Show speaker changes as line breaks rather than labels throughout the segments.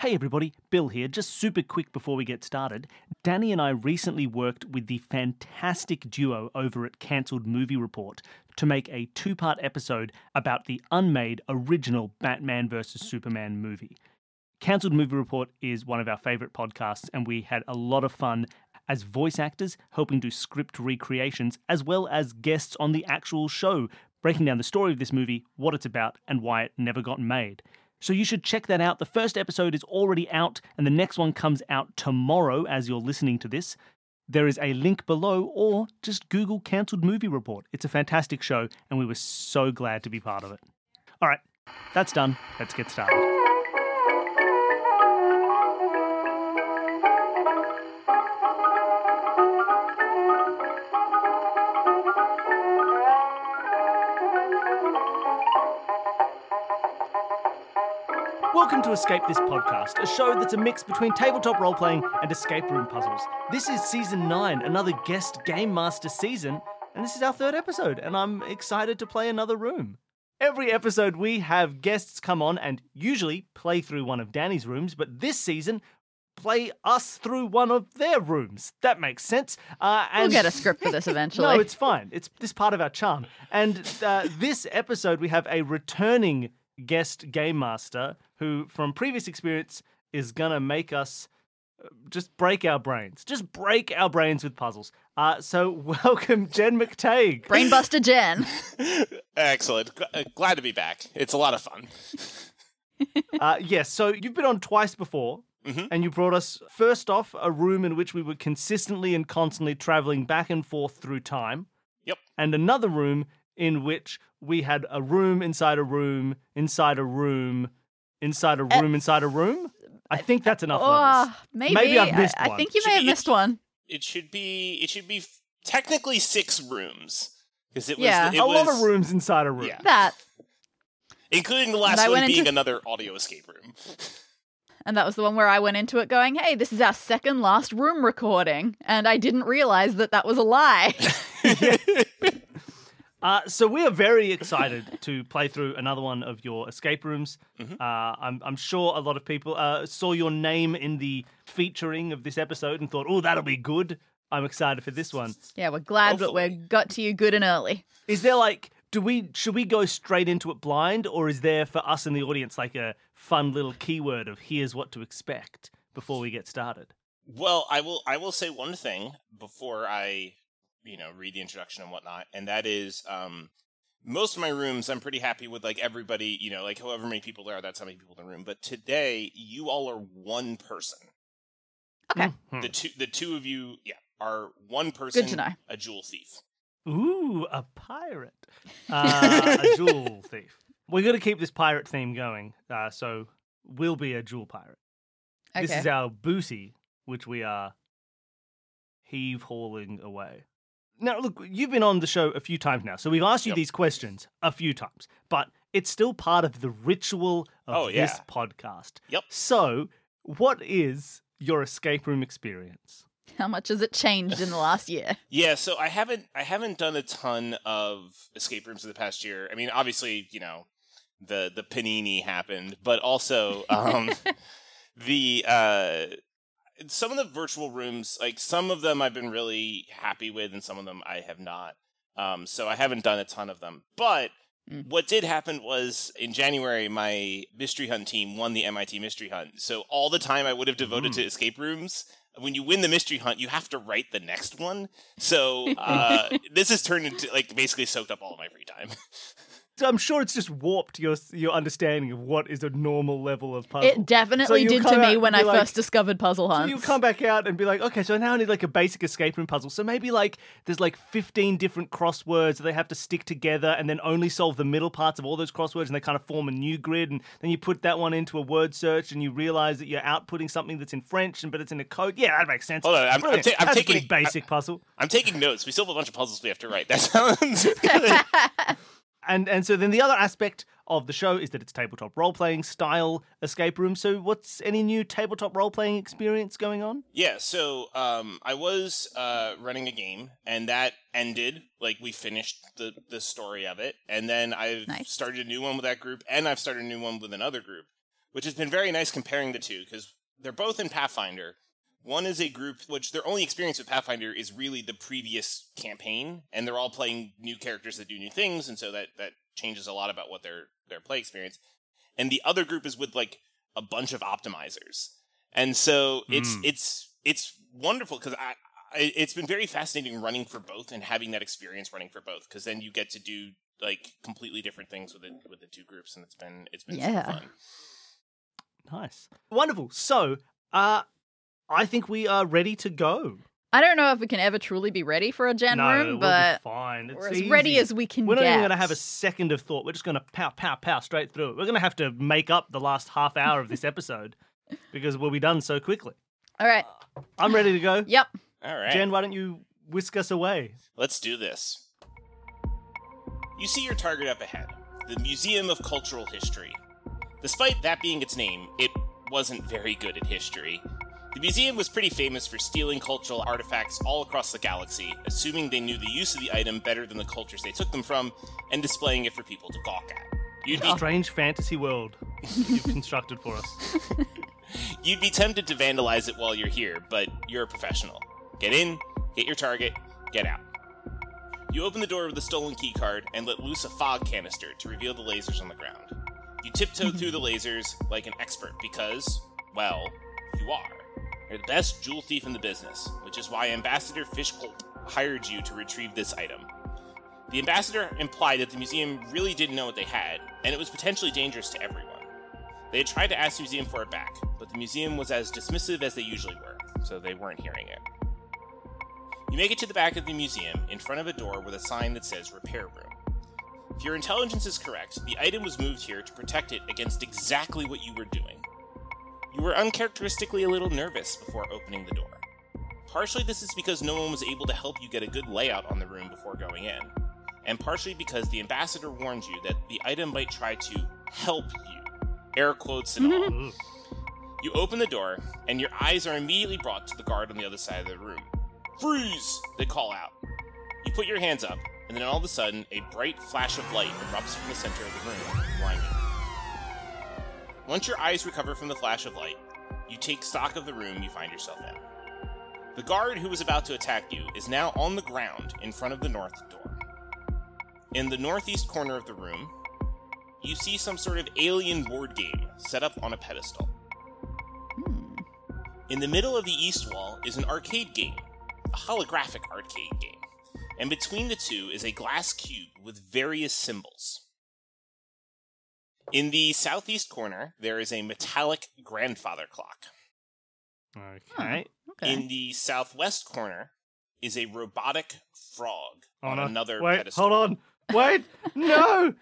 Hey everybody, Bill here. Just super quick before we get started. Danny and I recently worked with the fantastic duo over at Cancelled Movie Report to make a two part episode about the unmade original Batman vs. Superman movie. Cancelled Movie Report is one of our favorite podcasts, and we had a lot of fun as voice actors helping do script recreations, as well as guests on the actual show, breaking down the story of this movie, what it's about, and why it never got made. So you should check that out. The first episode is already out, and the next one comes out tomorrow as you're listening to this. There is a link below, or just Google Cancelled Movie Report. It's a fantastic show, and we were so glad to be part of it. All right, that's done. Let's get started. Welcome to Escape This Podcast, a show that's a mix between tabletop role playing and escape room puzzles. This is season nine, another guest game master season, and this is our third episode, and I'm excited to play another room. Every episode, we have guests come on and usually play through one of Danny's rooms, but this season, play us through one of their rooms. That makes sense. Uh, and
We'll get a script for this eventually.
no, it's fine. It's this part of our charm. And uh, this episode, we have a returning guest game master who, from previous experience, is gonna make us uh, just break our brains. Just break our brains with puzzles. Uh, so welcome, Jen McTague.
Brainbuster Jen.
Excellent. G- uh, Glad to be back. It's a lot of fun.
Uh, yes. So you've been on twice before.
Mhm.
And you brought us first off a room in which we were consistently and constantly traveling back and forth through time.
Yep.
and another room in which we had a room inside a room inside a room inside a room inside a room. I think that's enough levels.
Oh, maybe.
Maybe I've missed
I,
one.
I think you may have missed one.
It should be. It should be f- technically six rooms because it was.
Yeah.
it
a lot
was-
of rooms inside a room.
Yeah.
That.
including the
And
last
I
one
went
being
into-
another audio escape room.
And that was the one where I went into it going, hey, this is our second last room recording. And I didn't realize that that was a lie.
Uh, so we are very excited to play through another one of your escape rooms. Uh, I'm, I'm sure a lot of people uh, saw your name in the featuring of this episode and thought, "Oh, that'll be good." I'm excited for this one.
yeah, we're glad that we
Hopefully.
got to you good and early.
Is there like do we should we go straight into it blind or is there for us in the audience like a fun little keyword of here's what to expect before we get started?
Well, I will. I will say one thing before I, you know, read the introduction and whatnot, and that is, um, most of my rooms I'm pretty happy with. Like everybody, you know, like however many people there are, that's how many people in the room. But today, you all are one person.
Okay.
Mhm.
The two, the two of you, yeah, are one person.
know.
A jewel thief.
Ooh, a pirate. Uh, a jewel thief. We're going to keep this pirate theme going. Uh, so we'll be a jewel pirate.
Okay.
This is our booty, which we are heave hauling away. Now, look, you've been on the show a few times now, so we've asked you
Yep.
these questions a few times, but it's still part of the ritual of
Oh,
this
yeah.
podcast.
Yep.
So, what is your escape room experience?
How much has it changed in the last year?
Yeah, so I haven't I haven't done a ton of escape rooms in the past year. I mean, obviously, you know, the the panini happened, but also um the uh some of the virtual rooms, like some of them I've been really happy with and some of them I have not. Um so I haven't done a ton of them. But
Mm.
what did happen was in January my mystery hunt team won the MIT mystery hunt. So all the time I would have devoted
Mm.
to escape rooms when you win the mystery hunt, you have to write the next one. So uh, this has turned into like basically soaked up all of my free time.
So I'm sure it's just warped your your understanding of what is a normal level of puzzle.
It definitely
you'll
did to
come
me
out
when
and
I
be like-
first discovered Puzzle
So
Hunts.
you come back out and be like, okay, so now I need like a basic escape room puzzle. So maybe like there's like 15 different crosswords that they have to stick together and then only solve the middle parts of all those crosswords and they kind of form a new grid. And then you put that one into a word search and you realize that you're outputting something that's in French and but it's in a code. Yeah, that makes sense.
Hold on, I'm- I'm
Brilliant.
ta- I'm
That's a
taking-
pretty basic puzzle.
I'm taking notes. We still have a bunch of puzzles we have to write. That sounds good.
And and so then the other aspect of the show is that it's tabletop role playing style escape room. So what's any new tabletop role playing experience going on?
yeah. So um, I was uh, running a game, and that ended. Like we finished the the story of it, and then I've
Nice.
started a new one with that group, and I've started a new one with another group. which has been very nice comparing the two because they're both in Pathfinder. One is a group which their only experience with Pathfinder is really the previous campaign, and they're all playing new characters that do new things, and so that that changes a lot about what their their play experience. And the other group is with like a bunch of optimizers, and so it's
Mm.
it's it's wonderful because I. I- It's been very fascinating running for both and having that experience running for both because then you get to do like completely different things with it with the two groups and it's been it's been super
Yeah.
fun.
Nice. Wonderful. So, uh, I think we are ready to go.
I don't know if we can ever truly be ready for a gen
no, we'll
room,
be
but
fine. It's
we're as ready
easy.
as we can
We're not
get.
even going to have a second of thought. We're just going to pow, pow, pow straight through it. We're going to have to make up the last half hour of this episode because we'll be done so quickly.
All right.
I'm ready to go.
Yep.
All right.
Jen, why don't you whisk us away?
Let's do this. You see your target up ahead the Museum of Cultural History. Despite that being its name, it wasn't very good at history. The museum was pretty famous for stealing cultural artifacts all across the galaxy, assuming they knew the use of the item better than the cultures they took them from, and displaying it for people to gawk at. You'd
Oh.
be
Strange fantasy world you've constructed for us.
You'd be tempted to vandalize it while you're here, but you're a professional. Get in, get your target, get out. You open the door with the stolen keycard and let loose a fog canister to reveal the lasers on the ground. You tiptoe through the lasers like an expert because, well, you are. You're the best jewel thief in the business, which is why Ambassador Fishkolp hired you to retrieve this item. The ambassador implied that the museum really didn't know what they had, and it was potentially dangerous to everyone. They had tried to ask the museum for it back, but the museum was as dismissive as they usually were, so they weren't hearing it. You make it to the back of the museum in front of a door with a sign that says Repair Room. If your intelligence is correct, the item was moved here to protect it against exactly what you were doing. You were uncharacteristically a little nervous before opening the door. Partially, this is because no one was able to help you get a good layout on the room before going in, and partially because the ambassador warned you that the item might try to help you. Air quotes and all.
Hmm.
Ooh.
You open the door, and your eyes are immediately brought to the guard on the other side of the room. Freeze! They call out. You put your hands up, and then all of a sudden, a bright flash of light erupts from the center of the room, blinding. you. Once your eyes recover from the flash of light, you take stock of the room you find yourself in. The guard who was about to attack you is now on the ground in front of the north door. In the northeast corner of the room, you see some sort of alien board game set up on a pedestal.
Hmm.
In the middle of the east wall is an arcade game, a holographic arcade game, and between the two is a glass cube with various symbols. In the southeast corner, there is a metallic grandfather clock.
Okay.
Okay.
In the southwest corner is a robotic frog
Oh,
on
no.
another
Wait,
pedestal.
hold on. Wait, no!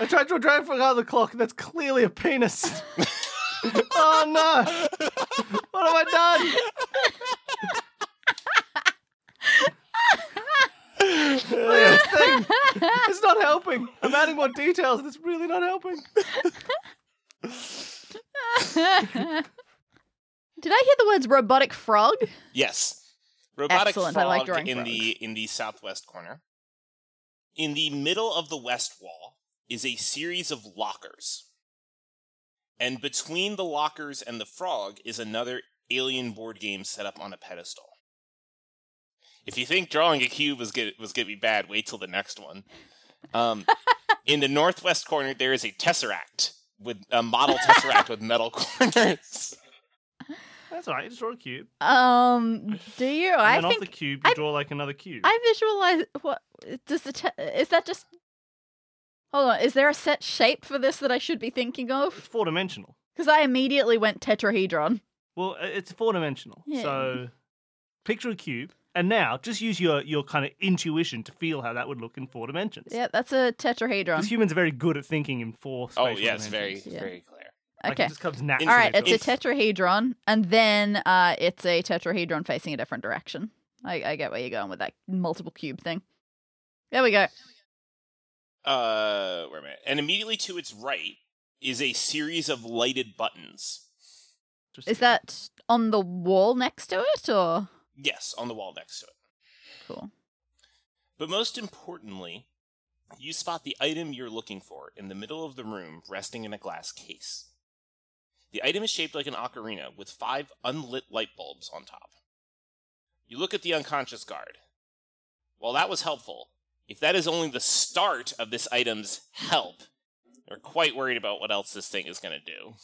I tried to drive for the clock. That's clearly a penis. oh no! What have I done? Look at this thing. It's not helping. I'm adding more details. and It's really not helping.
Did I hear the words robotic frog?
Yes. Robotic
Excellent, I
frog
like drawing
in the
frogs.
in the southwest corner. In the middle of the west wall is a series of lockers. And between the lockers and the frog is another alien board game set up on a pedestal. If you think drawing a cube was gonna, was gonna be bad, wait till the next one. Um, in the northwest corner, there is a tesseract with a model tesseract with metal corners.
That's all right. You just draw a cube.
Um, do you?
And
I
then
think
off the cube, you
I-
draw like another cube.
I visualize what does the te- is that just Hold on, is there a set shape for this that I should be thinking
It's
of?
four dimensional.
Cuz I immediately went tetrahedron.
Well, i- it's four dimensional.
Yeah.
So picture a cube, and now just use your, your kind of intuition to feel how that would look in four dimensions.
Yeah, that's a tetrahedron.
Because humans are very good at thinking in four.
Oh
spatial
yes, very
dimensions.
Yeah.
very clear.
Like,
Okay.
It just comes naturally.
All right,
to
it's a
us.
Interesting.
tetrahedron and then uh it's a tetrahedron facing a different direction. I I get where you're going with that multiple cube thing. There we go.
Uh, where am I? And immediately to its right is a series of lighted buttons.
Is that on the wall next to it or
Yes, on the wall next to it.
cool.
But most importantly, you spot the item you're looking for in the middle of the room resting in a glass case. The item is shaped like an ocarina with five unlit light bulbs on top. You look at the unconscious guard. While that was helpful, if that is only the start of this item's help, we're quite worried about what else this thing is going to do.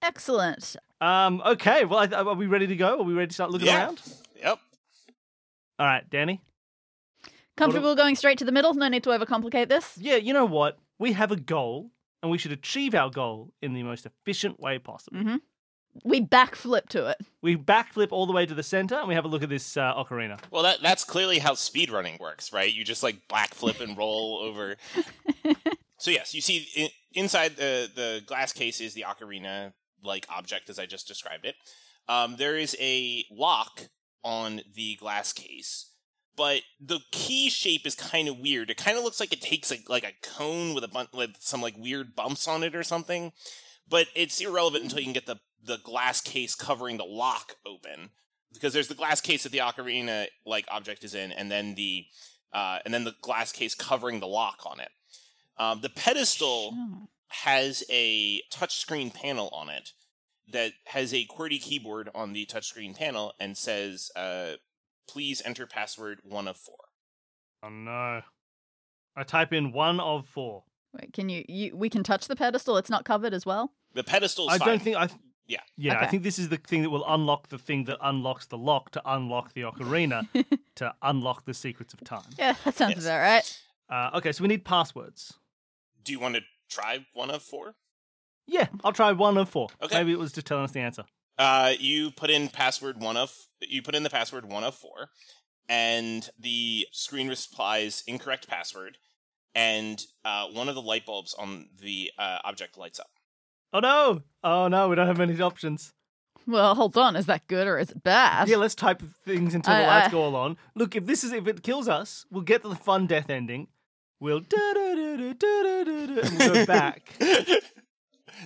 Excellent.
Um, okay, well, I- are we ready to go? Are we ready to start looking
Yeah.
around?
Yep.
All right, Danny.
Comfortable going straight to the middle. No need to overcomplicate this.
Yeah, you know what? We have a goal, and we should achieve our goal in the most efficient way possible.
hmm We backflip to it.
We backflip all the way to the center, and we have a look at this uh, ocarina.
Well, that that's clearly how speedrunning works, right? You just like backflip and roll over. so yes, you see i inside the the glass case is the ocarina like object as I just described it. Um, there is a lock on the glass case, but the key shape is kind of weird. It kind of looks like it takes a, like a cone with a bun- with some like weird bumps on it or something. But it's irrelevant until you can get the the glass case covering the lock open because there's the glass case that the ocarina like object is in, and then the uh, and then the glass case covering the lock on it. Um, the pedestal
Oh.
has a touchscreen panel on it that has a QWERTY keyboard on the touchscreen panel and says, uh, "Please enter password one of four.
Oh no! I type in one of four.
Wait, can you, you? We can touch the pedestal. It's not covered as well.
The pedestal's
I
fine.
don't think I. th-
Yeah.
Yeah, I
Okay.
think this is the thing that will unlock the thing that unlocks the lock to unlock the ocarina to unlock the secrets of time.
Yeah, that sounds
Yes.
about right.
Uh, okay, so we need passwords.
Do you want to try one of four?
Yeah, I'll try one of four.
Okay.
Maybe it was just telling us the answer.
Uh, you put in password one of you put in the password one of four, and the screen replies incorrect password, and uh, one of the light bulbs on the uh, object lights up.
Oh no! Oh no, we don't have many options.
Well, hold on. Is that good or is it bad?
Yeah, let's type things until the
I-
lights
I-
go all on. Look, if this is if it kills us, we'll get to the fun death ending. We'll da da da da da da da, and we'll go back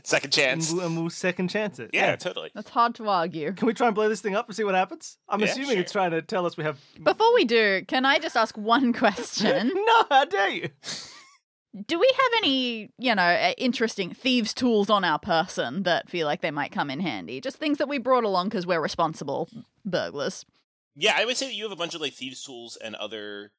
Second
and,
chance.
we'll, and we'll second chance it.
Yeah, totally.
That's hard to argue.
Can we try and blow this thing up and see what happens? I'm
Yeah,
assuming
sure.
it's trying to tell us we have.
Before we do, can I just ask one question?
no, how dare you?
Do we have any, you know, uh, interesting thieves' tools on our person that feel like they might come in handy? Just things that we brought along because we're responsible burglars.
Yeah, I would say that you have a bunch of like thieves' tools and other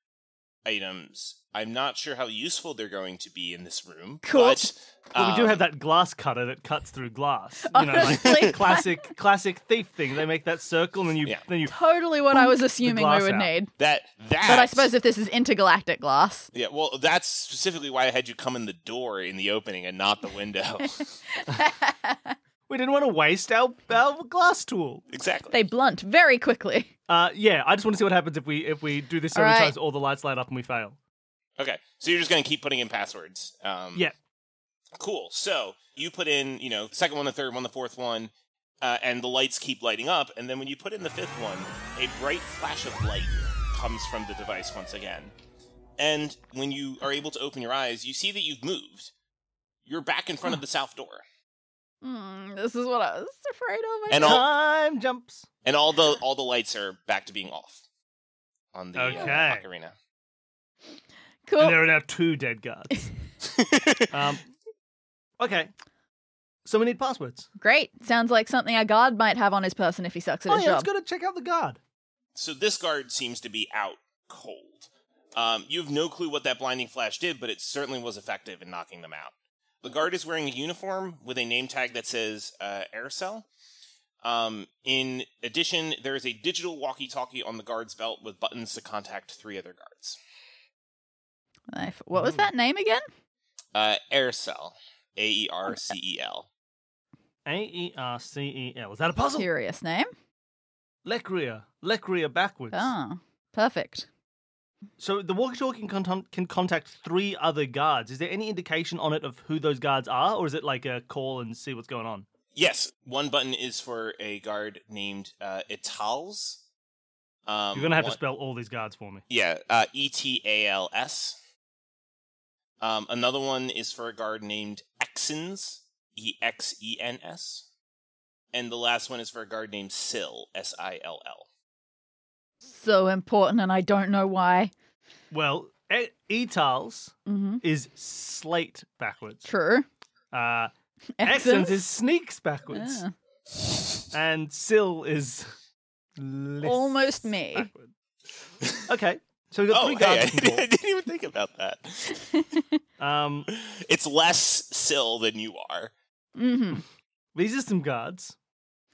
items. I'm not sure how useful they're going to be in this room.
Cool.
But,
Well, we do
um,
have that glass cutter that cuts through glass. You know,
Honestly.
like classic classic thief thing. They make that circle and then you
Yeah.
then you.
Totally what I was
The
assuming
glass
we would
out.
need.
that. That.
But I suppose if this is intergalactic glass,
Yeah, well, that's specifically why I had you come in the door in the opening and not the window.
We didn't want to waste our, our glass tool.
exactly.
they blunt very quickly.
Uh, yeah, I just want to see what happens if we if we do this so
All
many
right.
times, all the lights light up and we fail.
Okay, so you're just gonna keep putting in passwords. Um,
Yeah.
Cool. So you put in, you know, the second one, the third one, the fourth one, uh, and the lights keep lighting up. And then when you put in the fifth one, a bright flash of light comes from the device once again. And when you are able to open your eyes, you see that you've moved. You're back in front of the south door,
Hmm, this is what I was afraid of. I
And
guess.
all-
Time jumps.
and all the all the lights are back to being off on the
Okay.
uh, ocarina.
And
cool.
there are now two dead guards. um, okay, so we need passwords.
Great. Sounds like something a guard might have on his person if he sucks at
oh
his
yeah,
job.
let's go to check out the guard.
So this guard seems to be out cold. Um, you have no clue what that blinding flash did, but it certainly was effective in knocking them out. The guard is wearing a uniform with a name tag that says uh, Aircel. Um, in addition, there is a digital walkie-talkie on the guard's belt with buttons to contact three other guards.
I f- What
Hmm.
was that name again?
Uh, Aircel, A E R C E L.
A E R C E L. Is that a puzzle?
Curious name.
Lecria. Lecria backwards.
Oh, perfect.
So the walkie-talkie can, con- can contact three other guards. Is there any indication on it of who those guards are, or is it like a call and see what's going on?
Yes, one button is for a guard named uh, Itals. Um,
You're gonna have
one-
to spell all these guards for me.
Yeah, uh, E T A L S. Um, another one is for a guard named Exens, E X E N S. And the last one is for a guard named Sill, S I L L.
So important, and I don't know why.
Well, e- Etals
Mm-hmm.
is slate backwards.
True.
Uh, Exons is sneaks backwards.
Ah.
And Sill is less
Almost me.
backward. Okay. So we've got
Oh,
three
hey, I
guards. and
didn't, I
dwarf.
didn't even think about that.
Um,
It's less sill than you are.
Mm-hmm.
these are some guards.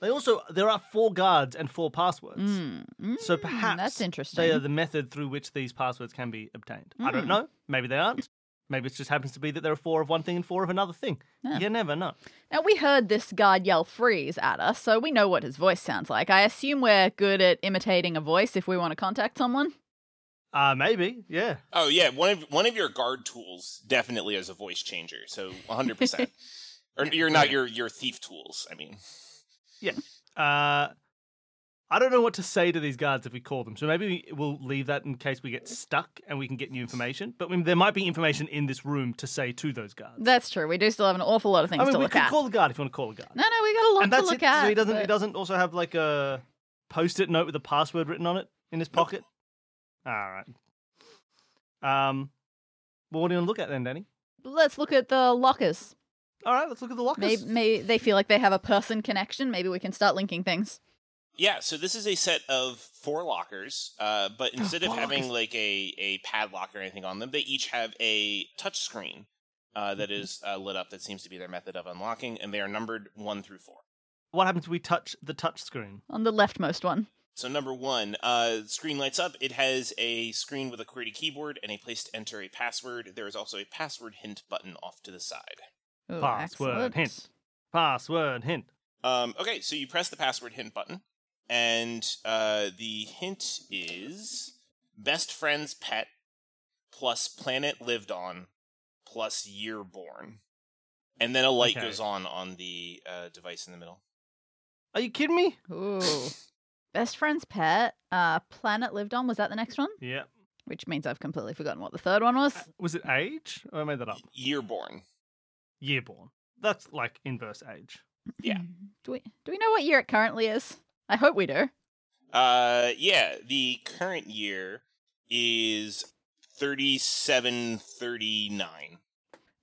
They also there are four guards and four passwords.
Hmm.
So perhaps
Mm-hmm. that's interesting.
They are the method through which these passwords can be obtained. I don't
Mm.
know. Maybe they aren't. Maybe it just happens to be that there are four of one thing and four of another thing.
Yeah.
You never know.
Now, we heard this guard yell freeze at us, so we know what his voice sounds like. I assume we're good at imitating a voice if we want to contact someone.
Uh maybe. Yeah.
Oh yeah, one of one of your guard tools definitely is a voice changer. So 100. percent Or you're not your your thief tools. I mean,
Uh I don't know what to say to these guards if we call them. So maybe we- we'll leave that in case we get stuck and we can get new information. But I mean, there might be information in this room to say to those guards.
That's true. We do still have an awful lot of things
I mean,
to
we
look
could
at.
call the guard if you want to call a guard.
no, no, we got a lot
and
to
that's
look
it.
at.
so he doesn't. He
but-
doesn't also have like a post-it note with a password written on it in his pocket. All right. Um. Well, what do you want to look at then, Danny?
Let's look at the lockers.
All right, let's look at the lockers.
Maybe, maybe they feel like they have a person connection. Maybe we can start linking things.
yeah. So this is a set of four lockers, uh, but instead of
Four
having
lockers.
like a a padlock or anything on them, they each have a touch screen uh, that is uh, lit up. That seems to be their method of unlocking, and they are numbered one through four.
What happens if we touch the touch screen?
On the leftmost one.
So number one, uh, screen lights up. It has a screen with a QWERTY keyboard and a place to enter a password. There is also a password hint button off to the side.
Ooh,
Password
excellent.
hint. Password hint.
Um, okay, so you press the password hint button, and uh, the hint is best friend's pet plus planet lived on plus year born, and then a light
Okay.
goes on on the uh, device in the middle.
Are you kidding me?
Ooh. Best friend's pet. Uh, planet lived on. Was that the next one?
Yeah.
Which means I've completely forgotten what the third one was.
Was it age? Or I made that up.
Year born.
Yearborn. That's like inverse age.
Yeah.
Hmm. Do we do we know what year it currently is? I hope we do.
Uh, yeah, the current year is thirty-seven thirty-nine.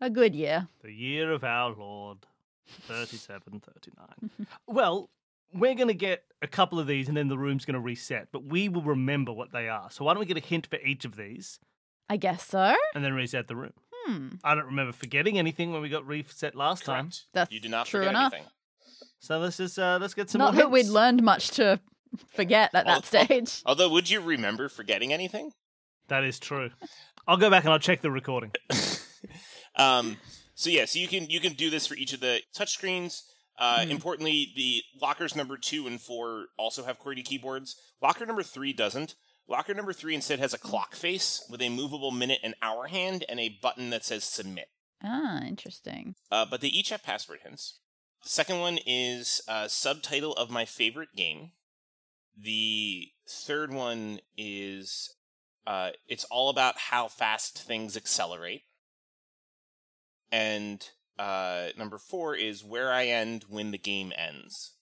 A good year.
The year of our Lord, 3739. well, we're going to get a couple of these and then the room's going to reset, but we will remember what they are. So why don't we get a hint for each of these
I guess so.
and then reset the room?
Hmm.
I don't remember forgetting anything when we got reset last time.
Correct.
That's
You did not
true
forget
enough.
anything.
So let's just uh, let's get some
Not
more
that we'd
hints.
learned much to forget at
Well,
that stage.
Although, would you remember forgetting anything?
That is true. I'll go back and I'll check the recording.
um, so yeah, so you can you can do this for each of the touchscreens. Uh,
Hmm.
Importantly, the lockers number two and four also have QWERTY keyboards. Locker number three doesn't. Locker number three instead has a clock face with a movable minute and hour hand and a button that says submit.
Ah, interesting.
Uh, but they each have password hints. The second one is uh, subtitle of my favorite game. The third one is uh, it's all about how fast things accelerate. And uh, number four is where I end when the game ends.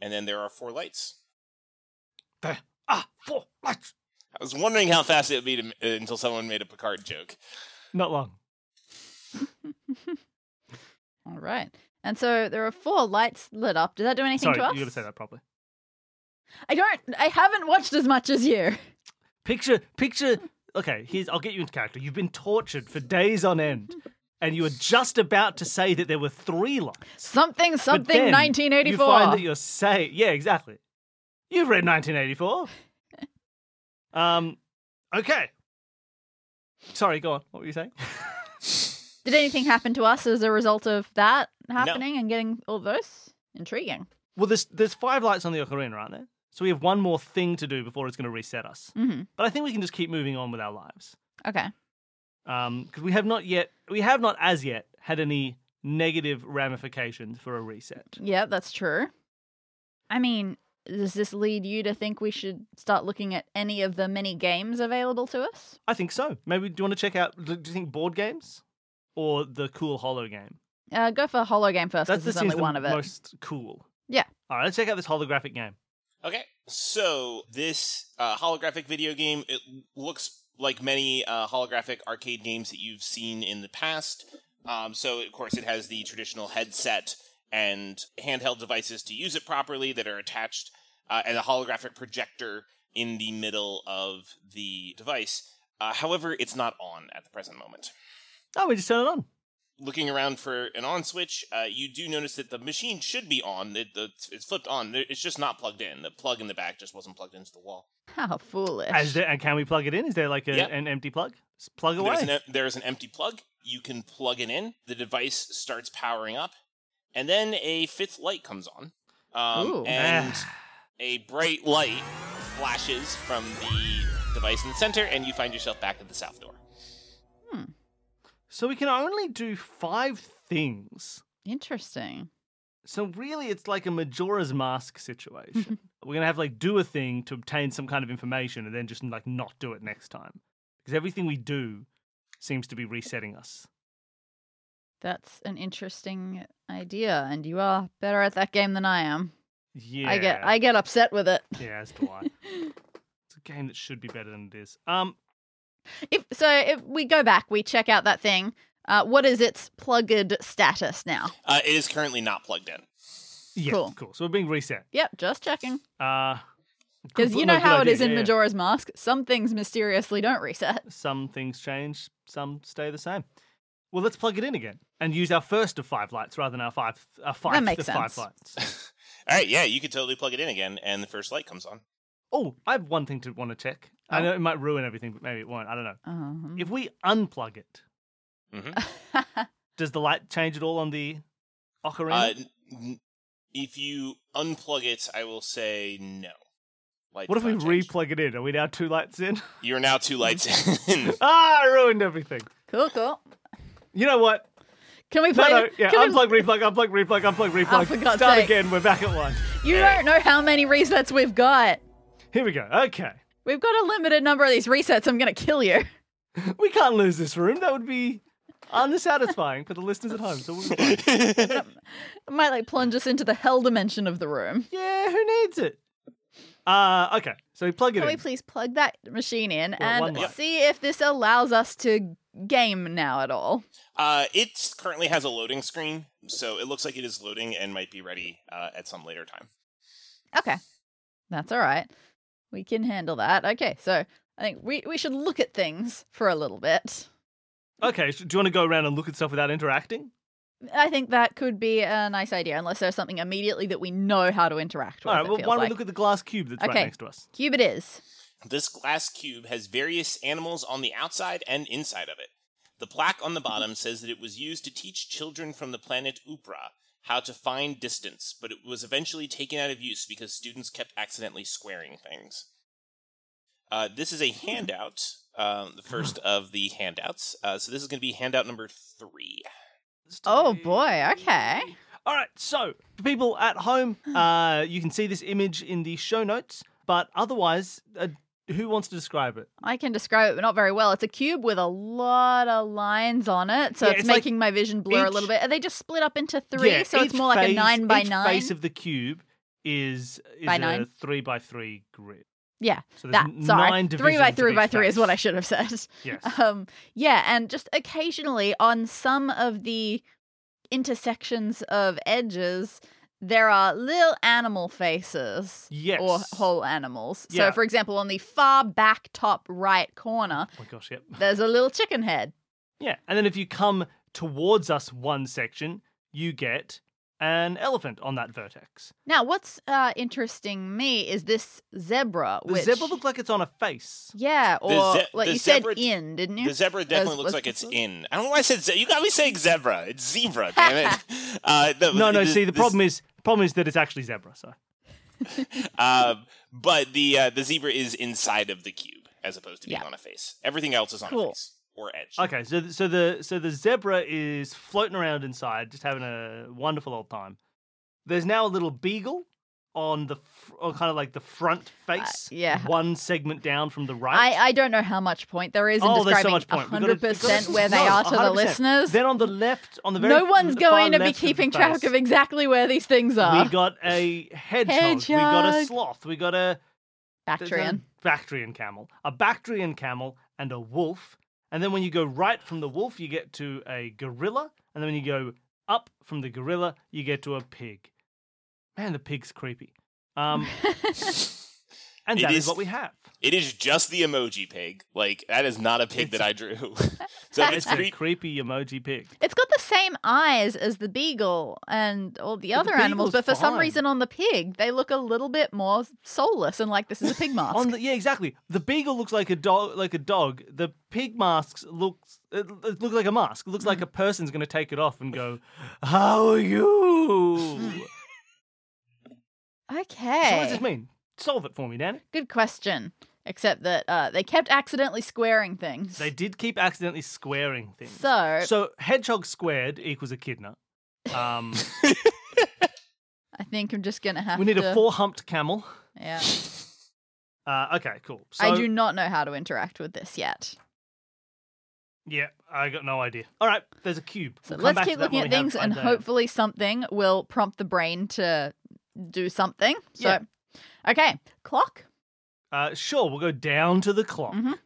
And then there are four lights.
Ah, four lights.
I was wondering how fast it would be to, uh, until someone made a Picard joke.
Not long.
All right. And so there are four lights lit up. Does that do anything
Sorry,
to us?
you got to say that properly.
I don't. I haven't watched as much as you.
Picture, picture. Okay, here's. I'll get you into character. You've been tortured for days on end, and you were just about to say that there were three lines.
Something,
But
something,
then
1984.
You find that you're say. Yeah, exactly. You've read 1984. um, okay. Sorry, go on. What were you saying?
Did anything happen to us as a result of that happening and getting all those? Intriguing.
Well, there's there's five lights on the ocarina, aren't there? So we have one more thing to do before it's going to reset us.
hmm
But I think we can just keep moving on with our lives.
Okay.
because Um, we have not yet, we have not as yet had any negative ramifications for a reset.
Yeah, that's true. I mean, does this lead you to think we should start looking at any of the many games available to us?
I think so. Maybe do you want to check out? Do you think board games or the cool Hollow game?
Uh, go for Hollow Game first.
That's
'cause
the
there's
seems
only
the
one of it.
most cool.
Yeah.
All right, let's check out this holographic game.
Okay, so this uh, holographic video game it looks like many uh, holographic arcade games that you've seen in the past. Um, so, of course, it has the traditional headset and handheld devices to use it properly that are attached, uh, and a holographic projector in the middle of the device. Uh, however, it's not on at the present moment.
Oh, we just turn it on.
Looking around for an on switch, uh, you do notice that the machine should be on. It, the, it's flipped on. It's just not plugged in. The plug in the back just wasn't plugged into the wall.
How foolish.
Is there, and can we plug it in? Is there like a,
Yep.
an empty plug? Just plug away.
There's an, em- there's an empty plug. You can plug it in. The device starts powering up, and then a fifth light comes on,
Ooh.
um,
Ah.
and a bright light flashes from the device in the center, and you find yourself back at the south door.
so we can only do five things.
Interesting.
So really, it's like a Majora's Mask situation. We're gonna have to, like do a thing to obtain some kind of information, and then just like not do it next time because everything we do seems to be resetting us.
That's an interesting idea, and you are better at that game than I am.
Yeah,
I get I get upset with it.
yeah, as do I. it's a game that should be better than it is. Um,
If so, if we go back, we check out that thing. Uh, what is its plugged status now?
Uh, it is currently not plugged in.
yeah,
Cool.
cool. So we're being reset.
Yep, just checking.
Uh, good
Because
pl-
you know
no, good
how it
idea.
is in
Yeah, yeah.
Majora's Mask. Some things mysteriously don't reset.
Some things change, some stay the same. Well, let's plug it in again and use our first of five lights rather than our five, our five,
makes
the five
sense.
lights.
All right, yeah, you could totally plug it in again, and the first light comes on.
Oh, I have one thing to want to check. I
Oh.
know it might ruin everything, but maybe it won't. I don't know.
Um,
If we unplug it, does the light change at all on the
Uh,
ocarina?
n- n- if you unplug it, I will say no. Light
what if
does
we
not change.
replug it in? Are we now two lights in?
You're now two lights in.
ah, I ruined everything.
cool, cool.
You know what?
Can we
No,
play?
no,
the-
yeah.
can we-
Unplug, replug, unplug, replug, unplug, replug.
Ah, for God's
Start
sake.
again. We're back at one.
you don't know how many resets we've got.
Here we go. Okay.
We've got a limited number of these resets. I'm gonna kill you.
We can't lose this room. That would be unsatisfying for the listeners at home. So we'll be fine.
It might like plunge us into the hell dimension of the room.
yeah, who needs it? Uh, okay. So we plug it
Can we
in.
please plug that machine in
one
and
light.
see if this allows us to game now at all?
Uh, it currently has a loading screen, so it looks like it is loading and might be ready uh, at some later time.
Okay. That's all right. We can handle that. Okay, so I think we, we should look at things for a little bit.
okay. sh- Do you want to go around and look at stuff without interacting?
I think that could be a nice idea, unless there's something immediately that we know how to interact with.
All right.
it
Well, why
feels
don't
like.
we look at the glass cube that's
Okay.
right next to us?
Cube it is.
This glass cube has various animals on the outside and inside of it. The plaque on the bottom says that it was used to teach children from the planet Upra how to find distance, but it was eventually taken out of use because students kept accidentally squaring things. Uh, this is a handout, um, the first of the handouts. Uh, so this is going to be handout number three.
Oh, boy, okay.
All right, so for people at home, uh, you can see this image in the show notes, but otherwise, uh, who wants to describe it?
I can describe it, but not very well. It's a cube with a lot of lines on it, so
Yeah,
it's,
it's like
making my vision blur a
each-
little bit. Are they just split up into three?
Yeah,
so it's
each
more like a
phase-
nine by
each
nine.
face of the cube is, is
By
a
nine?
three by three grid.
Yeah,
So there's
that
n-
sorry,
nine
three
divisions
by
of
three by
each
three is what I
face.
should have said.
Yes.
Um, yeah, and just occasionally on some of the intersections of edges, there are little animal faces.
yes.
Or whole animals.
Yeah.
So, for example, on the far back top right corner,
Oh my gosh, yep.
there's a little chicken head.
Yeah, and then if you come towards us one section, you get an elephant on that vertex.
Now, what's uh, interesting me is this zebra.
The
which,
zebra looks like it's on a face.
Yeah, or
ze-
like
the
you
zebra-
said, in didn't you?
The zebra definitely looks
was-
like it's
was-
in. I don't know why I said ze- you got me saying zebra. It's zebra, damn it. Uh,
No, no. see, the problem is the problem is that it's actually zebra. So
Uh, but the uh, the zebra is inside of the cube as opposed to being
Yeah.
on a face. Everything else is on a
Cool.
face or edge.
okay, so th- so the so the zebra is floating around inside, just having a wonderful old time. There's now a little beagle on the fr- or kind of like the front face.
Uh, yeah.
one segment down from the right.
I, I don't know how much point there is in
oh, there's so
describing
much point. We've gotta-
hundred
we've gotta-
percent where they
No,
are to the
100%.
listeners.
Then on the left, on the very
No one's
far
going to be
left of the
keeping
face,
track of exactly where these things are.
We got a hedgehog, We got a
Hedgehog.
sloth. We got a
Bactrian.
Bactrian camel, a Bactrian camel, and a wolf, And then when you go right from the wolf, you get to a gorilla. And then when you go up from the gorilla, you get to a pig. Man, the pig's creepy. Um, and
It
that is,
is-
what we have.
It is just the emoji pig. Like that is not a pig
It's-
that I drew. so
It's
if it's
a
creep
creepy emoji pig.
It's got the same eyes as the beagle and all the
But the
other animals, but
beagle's
for some
fine.
reason on the pig, they look a little bit more soulless and like this is a pig mask.
On the, yeah, exactly. The beagle looks like a dog. Like a dog. The pig masks looks it, it looks like a mask. It looks
Mm.
like a person's going to take it off and go, "How are you?" So what does
okay.
this mean? Solve it for me, Danny.
Good question. Except that uh, they kept accidentally squaring things.
They did keep accidentally squaring things.
So,
So hedgehog squared equals echidna. Um,
I think I'm just going to have
we need
to.
a four-humped camel.
Yeah.
Uh, okay, cool. So,
I do not know how to interact with this yet.
Yeah, I got no idea. All right, there's a cube.
So
We'll come
let's
back to
keep
that
looking
when
at
we have
things and
Idaea.
hopefully something will prompt the brain to do something. So,
Yeah.
okay, clock.
Uh, sure, we'll go down to the clock.
Mhm.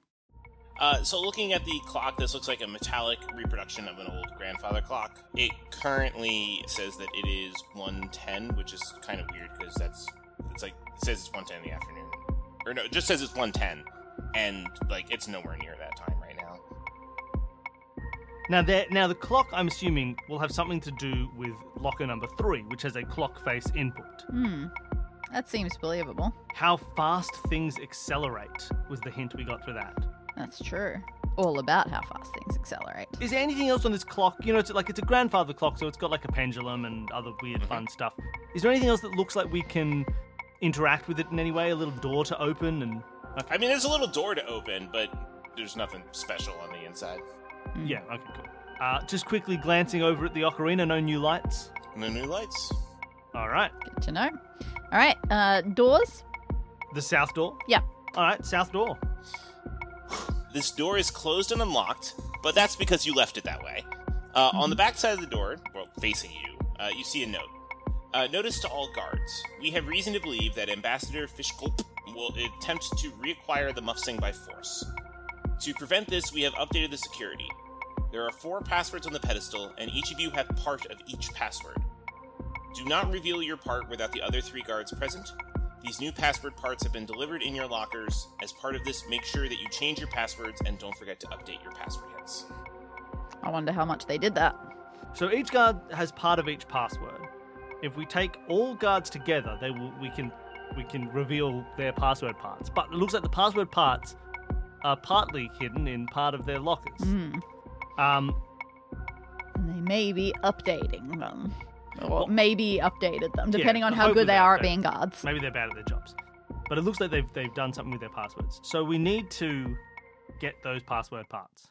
Uh, so, looking at the clock, this looks like a metallic reproduction of an old grandfather clock. It currently says that it is 110, which is kind of weird because that's it's like it says it's 110 in the afternoon, or no, it just says it's 110, and like it's nowhere near that time right now.
Now, there, now the clock, I'm assuming, will have something to do with locker number three, which has a clock face input.
Hmm. That seems believable.
How fast things accelerate was the hint we got for that.
That's true. All about how fast things accelerate.
Is there anything else on this clock? You know, it's like it's a grandfather clock, so it's got like a pendulum and other weird
Mhm.
fun stuff. Is there anything else that looks like we can interact with it in any way? A little door to open and
I mean, there's a little door to open, but there's nothing special on the inside.
Mm.
yeah, okay, cool. Uh, just quickly glancing over at the ocarina, no new lights.
No new lights.
All right,
Good to know. All right, uh, doors.
the south door.
Yeah.
All right, south door.
This door is closed and unlocked, but that's because you left it that way. Uh, On the back side of the door, well, facing you, uh, you see a note. Uh, notice to all guards. We have reason to believe that Ambassador Fishkulp will attempt to reacquire the Mufsing by force. To prevent this, we have updated the security. There are four passwords on the pedestal, and each of you have part of each password. Do not reveal your part without the other three guards present. These new password parts have been delivered in your lockers. As part of this, make sure that you change your passwords and don't forget to update your password hints.
I wonder how much they did that.
So each guard has part of each password. If we take all guards together, they will, we can we can reveal their password parts. But it looks like the password parts are partly hidden in part of their lockers.
Mm.
Um,
And they may be updating them. Or
Well-
maybe updated them, depending on how
hopefully
good they
they're
are at
updated.
being guards.
maybe they're bad at their jobs, but it looks like they've they've done something with their passwords. So we need to get those password parts.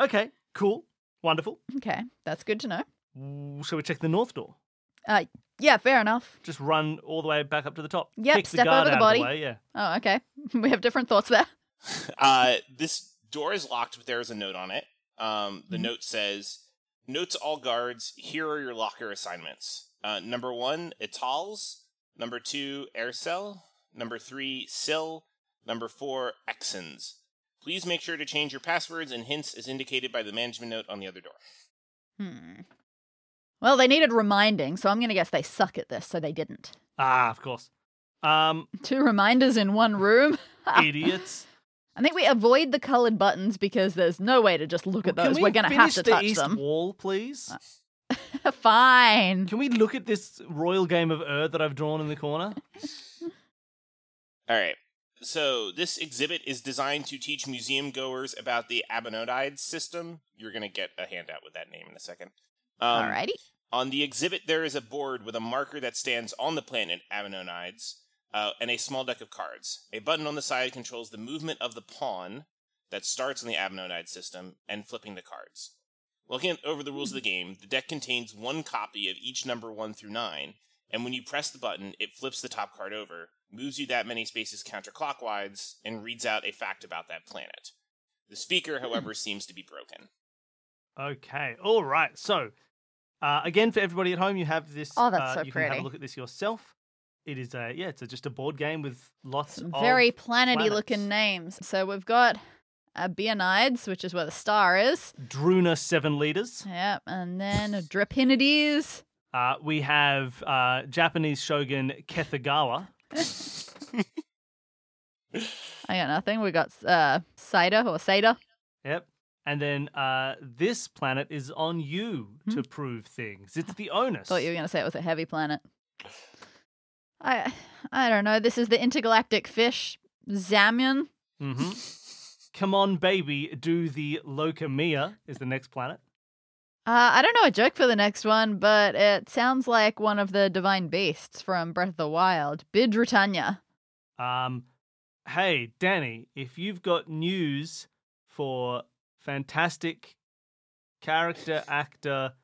Okay, cool, wonderful.
Okay, that's good to know.
W- Shall we check the north door?
Yeah, fair enough.
Just run all the way back up to the top.
Yep,
Kick
step
the guard
over the
out
body.
Of the way, yeah.
Oh, okay. we have different thoughts there.
Uh, this door is locked, but there is a note on it. Um, the
Mhm.
note says, "Note to all guards: Here are your locker assignments. Uh, number one, Itals. Number two, Aircel. Number three, Sil. Number four, Exons. Please make sure to change your passwords and hints as indicated by the management note on the other door."
Hmm. Well, they needed reminding, so I'm going to guess they suck at this, so they didn't.
Ah, of course. Um,
Two reminders in one room.
idiots.
I think we avoid the colored buttons because there's no way to just look at
Can
those.
we
We're going to have
finish
to
the
touch
east
them.
wall, please.
Fine.
Can we look at this royal game of Ur that I've drawn in the corner?
All right. So this exhibit is designed to teach museum goers about the Abenodides system. You're gonna get a handout with that name in a second. Um,
Alrighty.
On the exhibit, there is a board with a marker that stands on the planet Avenonides uh, and a small deck of cards. A button on the side controls the movement of the pawn that starts on the Avenonide system and flipping the cards. Looking over the rules of the game, the deck contains one copy of each number 1 through 9, and when you press the button, it flips the top card over, moves you that many spaces counterclockwise, and reads out a fact about that planet. The speaker, however, seems to be broken.
Okay. All right. So, uh, again, for everybody at home, you have this.
Oh, that's
uh,
so
you can have
pretty.
a look at this yourself. It is a yeah. It's a, just a board game with lots
Some
of
very planety
planets.
looking names. So we've got uh, Bionides, which is where the star is.
Druna seven liters.
Yep. And then Drepinides.
Uh, we have uh, Japanese shogun Kethagawa.
I got nothing. We got uh, Saida or Seda.
Yep. And then uh, this planet is on you to prove things. It's the onus.
Hmm. Thought you were going to say it was a heavy planet. I I don't know. This is the intergalactic fish Zamian.
hmm Come on, baby, do the Locomia is the next planet.
Uh, I don't know a joke for the next one, but it sounds like one of the divine beasts from Breath of the Wild, Bidritania.
Um, hey, Danny, if you've got news for fantastic character actor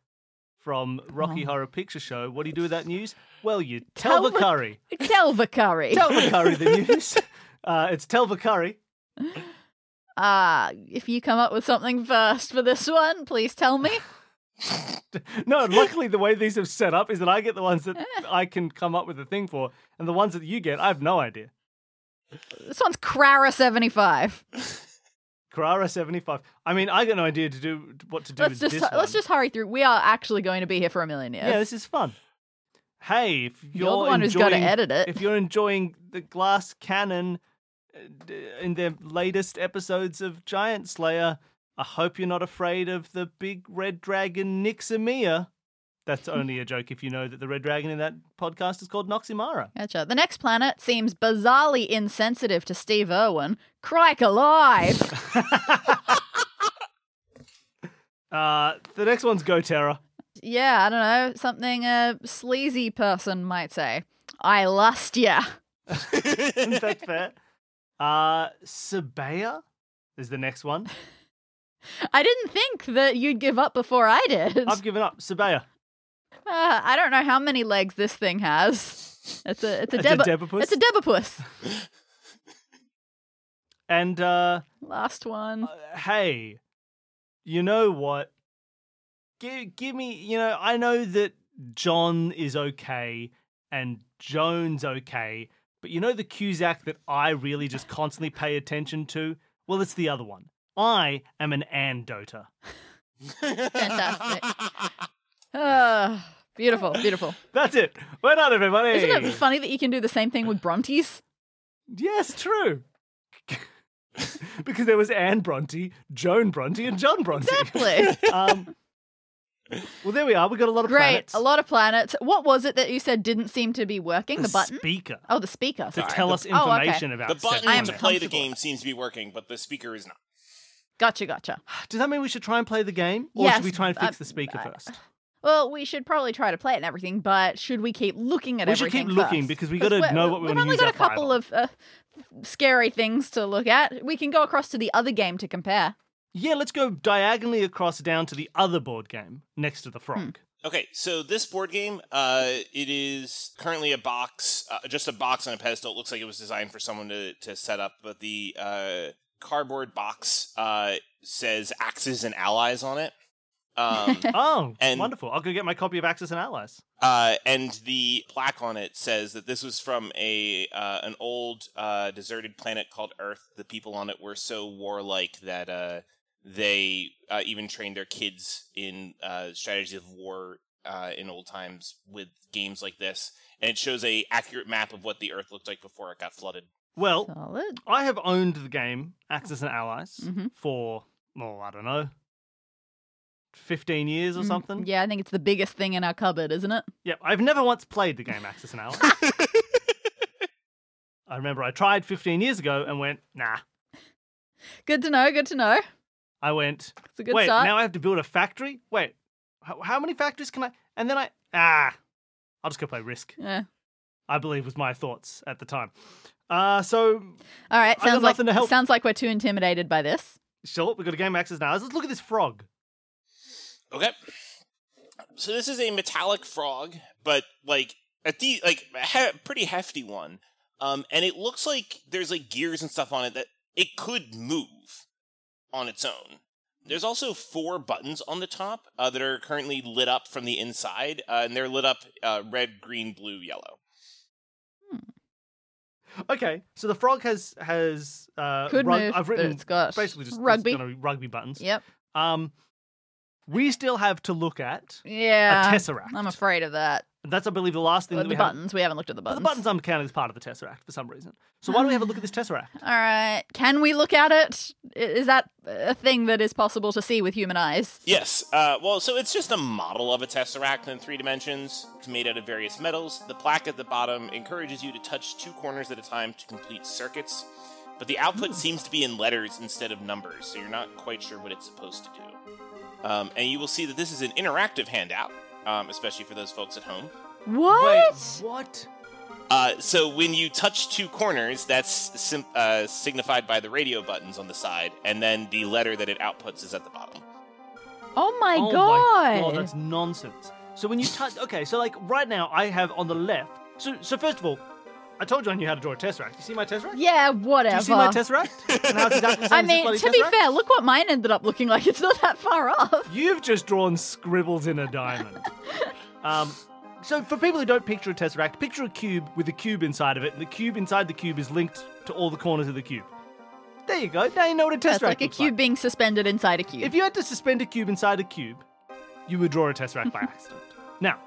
from Rocky Horror Picture Show, what do you do with that news? Well, you tell
Oh. Tell the-
Vakari.
Telvacari.
Tell Vakari the news. Uh, it's tell Vakari.
Uh, if you come up with something first for this one, please tell me.
No, luckily the way these have set up is that I get the ones that I can come up with a thing for, and the ones that you get, I have no idea.
This one's Crara75.
Carrara seventy five. I mean, I got no idea to do what to do
Let's
with
just
this. one.
let's just hurry through. We are actually going to be here for a million years.
Yeah, this is fun. Hey, if you're,
You're, the one who's got to
enjoying-
edit it.
If you're enjoying the Glass Cannon uh, d- in their latest episodes of Giant Slayer, I hope you're not afraid of the big red dragon Nixamia. That's only a joke if you know that the red dragon in that podcast is called Noximara.
Gotcha. The next planet seems bizarrely insensitive to Steve Irwin. Crike alive!
Uh, the next one's GoTerra.
yeah, I don't know. Something a sleazy person might say. I lust ya.
Isn't that fair? Uh, Sabea is the next one.
I didn't think that you'd give up before I did.
I've given up. Sabea.
Uh, I don't know how many legs this thing has. It's a it's a
It's a
deba-
Debapuss.
it's a debapus.
and uh,
Last one.
uh, hey, you know what? Give give me. You know, I know that John is okay and Joan's okay, but you know the Cusack that I really just constantly pay attention to. Well, it's the other one. I am an andoter.
Fantastic. Ah, beautiful, beautiful.
That's it. We're done, everybody.
Isn't it funny that you can do the same thing with Brontes?
Yes, true. because there was Anne Bronte, Joan Bronte, and John Bronte.
Exactly.
um, well, there we are. We got a lot of
Great.
planets.
A lot of planets. What was it that you said didn't seem to be working? The, button?
speaker
Oh, the speaker.
to
Sorry.
tell us
The- oh, okay.
information about
the
said
I am
button to
planet.
play the
comfortable.
game seems to be working, but the speaker is not.
Gotcha, gotcha.
Does that mean we should try and play the game, or
Yes,
should we try and
uh,
fix the speaker
I-
first?
Well, we should probably try to play it and everything, but should we keep looking at
We should
everything?
keep looking
first?
because we gotta
we're-
know what we
We've
wanna
only
use
got
our
a couple
five on.
of uh, scary things to look at. We can go across to the other game to compare.
Yeah, let's go diagonally across down to the other board game next to the frog.
Okay, so this board game, uh, it is currently a box, uh, just a box on a pedestal. It looks like it was designed for someone to, to set up, but the uh, cardboard box uh, says Axes and Allies on it. Um,
Hmm.
Oh,
And-
wonderful! I'll go get my copy of Axis and Allies.
uh, and the plaque on it says that this was from a uh, an old uh, deserted planet called Earth. The people on it were so warlike that uh, they uh, even trained their kids in uh, strategies of war uh, in old times with games like this. And it shows a accurate map of what the Earth looked like before it got flooded.
Well,
Solid.
I have owned the game Axis and Allies
Mhm.
for, well, I don't know, 15 years or
Mm,
something.
Yeah, I think it's the biggest thing in our cupboard, isn't it?
Yep, I've never once played the game Axis and Allies. I remember I tried 15 years ago and went, nah.
Good to know. Good to know.
I went,
It's a good
wait,
start.
now I have to build a factory? Wait, how, how many factories can I? And then I, ah, I'll just go play Risk,
yeah.
I believe was my thoughts at the time. Uh, so,
All right.
I got
Sounds like
nothing to help.
sounds like we're too intimidated by this.
Short, we've got a game Axis and Allies. Let's look at this frog.
Okay. So this is a metallic frog, but like a de- like a he- pretty hefty one. Um, and it looks like there's like gears and stuff on it that it could move on its own. There's also four buttons on the top uh, that are currently lit up from the inside, uh, and they're lit up uh, red, green, blue, yellow.
Okay, so the frog has has uh,
Could
rug-
move,
I've
but
written
it's got
basically just
rugby.
Gonna be rugby buttons.
Yep.
Um, we still have to look at a
Yeah.
tesseract.
Uh, I'm afraid of that.
That's, I believe, the last thing
Well,
that
the
we have.
buttons. We haven't looked at the
But
buttons.
The buttons I'm counting as part of the tesseract for some reason. So why don't we have a look at this tesseract?
All right. Can we look at it? I- Is that a thing that is possible to see with human eyes?
Yes. Uh, well, so it's just a model of a tesseract in three dimensions. It's made out of various metals. The plaque at the bottom encourages you to touch two corners at a time to complete circuits, but the output seems to be in letters instead of numbers, so you're not quite sure what it's supposed to do. Um, and you will see that this is an interactive handout, um, especially for those folks at home.
What?
Wait, what?
Uh, so when you touch two corners, that's sim- uh, signified by the radio buttons on the side, and then the letter that it outputs is at the bottom.
Oh my
oh my
god.
god, that's nonsense. So when you touch, okay, so like right now I have on the left. So so first of all, I told you I knew how to draw a tesseract. You see my tesseract?
yeah,
Do
whatever.
you see my tesseract? And how it's exactly the same as
I
this
mean,
bloody
to be
tesseract?
fair, look what mine ended up looking like. It's not that far off.
You've just drawn scribbles in a diamond. um, so, for people who don't picture a tesseract, picture a cube with a cube inside of it, and the cube inside the cube is linked to all the corners of the cube. There you go. Now you know what a tesseract
That's like a
looks
cube being suspended inside a cube.
If you had to suspend a cube inside a cube, you would draw a tesseract by accident. Now,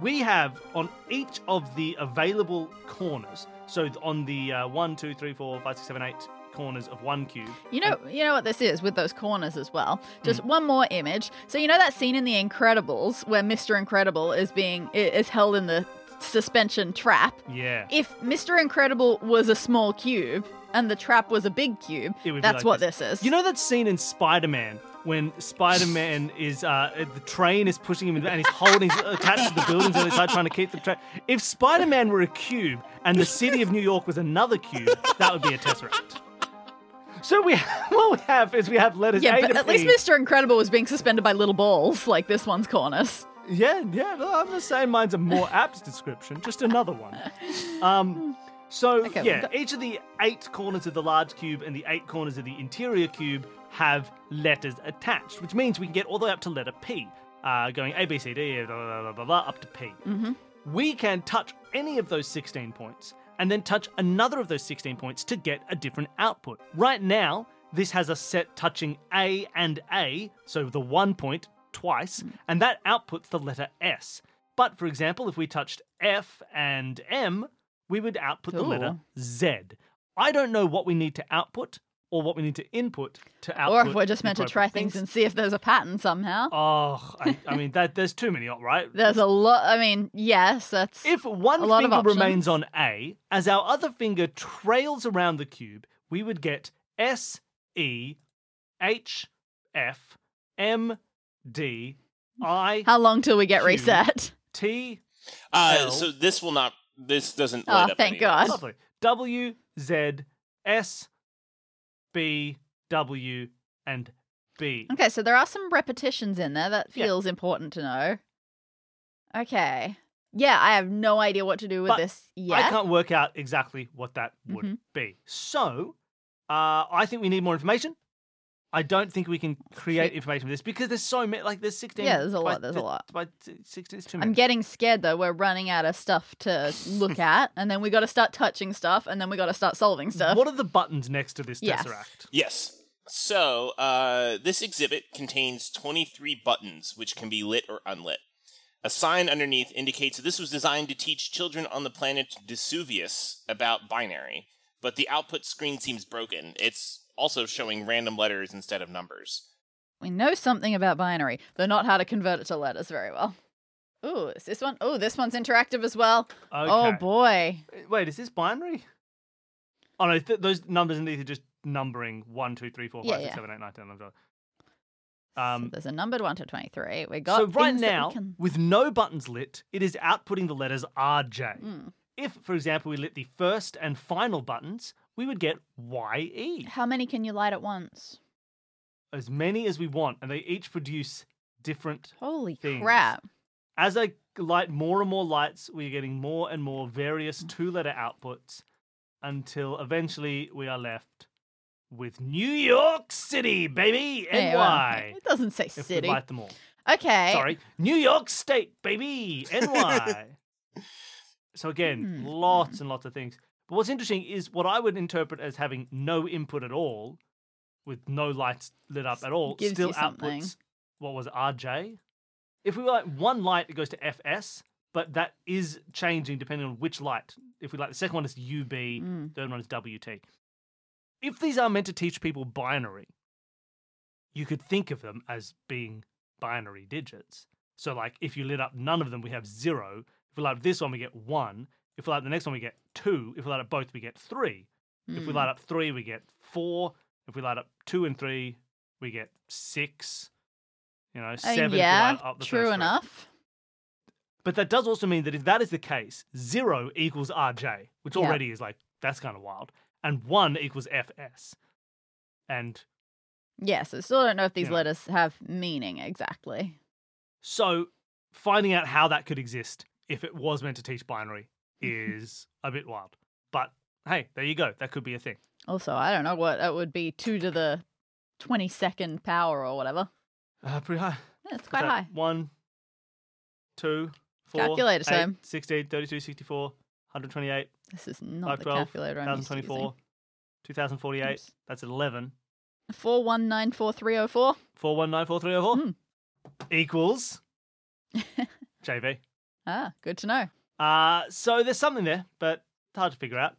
we have on each of the available corners, so on the uh, one, two, three, four, five, six, seven, eight corners of one cube,
You know, you know what this is with those corners as well. Just
Hmm.
one more image. So you know that scene in The Incredibles where Mr. Incredible is being i- is held in the suspension trap.
yeah.
If Mr. Incredible was a small cube and the trap was a big cube,
It would be like
that's what
this.
this is.
You know that scene in Spider Man when Spider Man is uh, the train is pushing him and he's holding he's attached to the buildings on the side trying to keep the train. If Spider Man were a cube and the city of New York was another cube, that would be a tesseract. So we what we have is we have letters
yeah,
A
but
to
at
P.
least Mr. Incredible was being suspended by little balls like this one's corners.
Yeah, yeah. No, I'm just saying mine's a more apt description. Just another one. Um, so
Okay, we've
yeah,
got-
each of the eight corners of the large cube and the eight corners of the interior cube have letters attached, which means we can get all the way up to letter P, uh, going A B C D blah blah blah, blah, blah up to P.
Mhm.
We can touch any of those 16 points and then touch another of those 16 points to get a different output. Right now, this has us set touching A and A, so the one point twice, and that outputs the letter S. But for example, if we touched F and M, we would output the letter Z. I don't know what we need to output or what we need to input to output.
or if we're just
the
meant to try
appropriate
things, and see if there's a pattern somehow.
Oh, I, I mean that. There's too many, right?
There's a lot. I mean, yes, that's
If one
A lot of
finger remains
options.
on A, as our other finger trails around the cube, we would get S E H F M D I
how long till we get
Cube.
reset.
T
Uh,
L.
so this will not. This doesn't.
Oh,
light up
thank
any
God.
of this.
lovely W Z S B W and B.
Okay, so there are some repetitions in there. That
Yeah.
feels important to know. Okay. Yeah, I have no idea what to do with
But
this
I
yet.
can't work out exactly what that would
Mhm.
be. So, uh, I think we need more information. I don't think we can create information from this because there's so many. Like there's 16.
Yeah, there's a
by-
lot, there's a lot.
By t- 16, it's too many.
I'm getting scared though. We're running out of stuff to look at, and then we got to start touching stuff, and then we got to start solving stuff.
What are the buttons next to this
Yes.
tesseract?
Yes. So uh, this exhibit contains 23 buttons, which can be lit or unlit. A sign underneath indicates that this was designed to teach children on the planet Vesuvius about binary, but the output screen seems broken. It's also showing random letters instead of numbers.
We know something about binary, though not how to convert it to letters very well. Ooh, is this one? Ooh, this one's interactive as well. Oh
Okay.
boy.
Wait, is this binary? Oh no, th- those numbers underneath are just numbering 1, 2, 3, 4, 5,
Yeah,
6,
yeah.
7, 8, 9, 10, 11, 12.
so
Um,
there's a numbered one to twenty-three. We got
so right
things that we
now,
can-
with no buttons lit, it is outputting the letters RJ.
Mm.
If, for example, we lit the first and final buttons, we would get YE,
How many can you light at once?
as many as we want, and they each produce different.
Holy
Things.
crap!
As I light more and more lights, we're getting more and more various two letter outputs until eventually we are left with New York City, baby!
Yeah, well,
NY.
it doesn't say
if
city.
we light them all.
Okay.
Sorry. New York State, baby! NY. so again,
Hmm.
lots and lots of things. But what's interesting is what I would interpret as having no input at all, with no lights lit up at all,
Gives
still
you something.
outputs what was it, RJ. If we light one light, it goes to FS, but that is changing depending on which light. If we light the second one, it's UB.
Mm.
Third one is WT. If these are meant to teach people binary, you could think of them as being binary digits. So, like, if you lit up none of them, we have zero. If we light up this one, we get one. If we light up the next one, we get two. If we light up both, we get three. If we
Mm.
light up three, we get four. If we light up two and three, we get six. You know,
I mean,
seven. if we
Oh, yeah,
light up the
true
first three.
enough.
But that does also mean that if that is the case, zero equals RJ, which
Yeah.
already is like, that's kind of wild. And one equals FS. And
Yes, I still don't know if these
Yeah.
letters have meaning exactly.
so finding out how that could exist if it was meant to teach binary is a bit wild. But hey, there you go. That could be a thing.
Also, I don't know what it would be two to the twenty second power or whatever.
Uh, pretty high.
Yeah, it's
What's
quite
that?
high.
One, two, four,
Calculator,
eight,
Sam.
16, 32, 64, 128,
This is not the
512,
calculator I'm used to using.
1024, 2048.
Oops.
That's 11.
Four one nine four three oh four. Hmm.
419430 equals JV.
Ah, good to know.
Uh, so there's something there, but it's hard to figure out.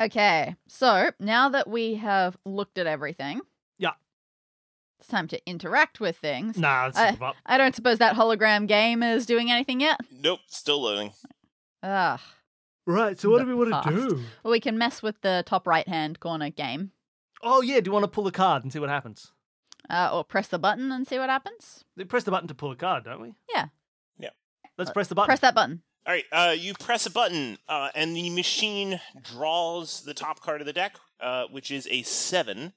Okay, so now that we have looked at everything,
Yeah.
it's time to interact with things.
Nah, it's
Uh,
not up.
I don't suppose that hologram game is doing anything yet.
Nope, still loading.
Ah,
Right, so
what do we wanna past.
do?
well, we can mess with the top right hand corner game,
Oh, yeah, do you want to pull a card and see what happens?
uh, or press the button and see what happens.
We press the button to pull a card, don't we?
Yeah.
Yeah.
Let's press the button.
Press that button.
All right, uh, you press a button, uh, and the machine draws the top card of the deck, uh, which is a seven.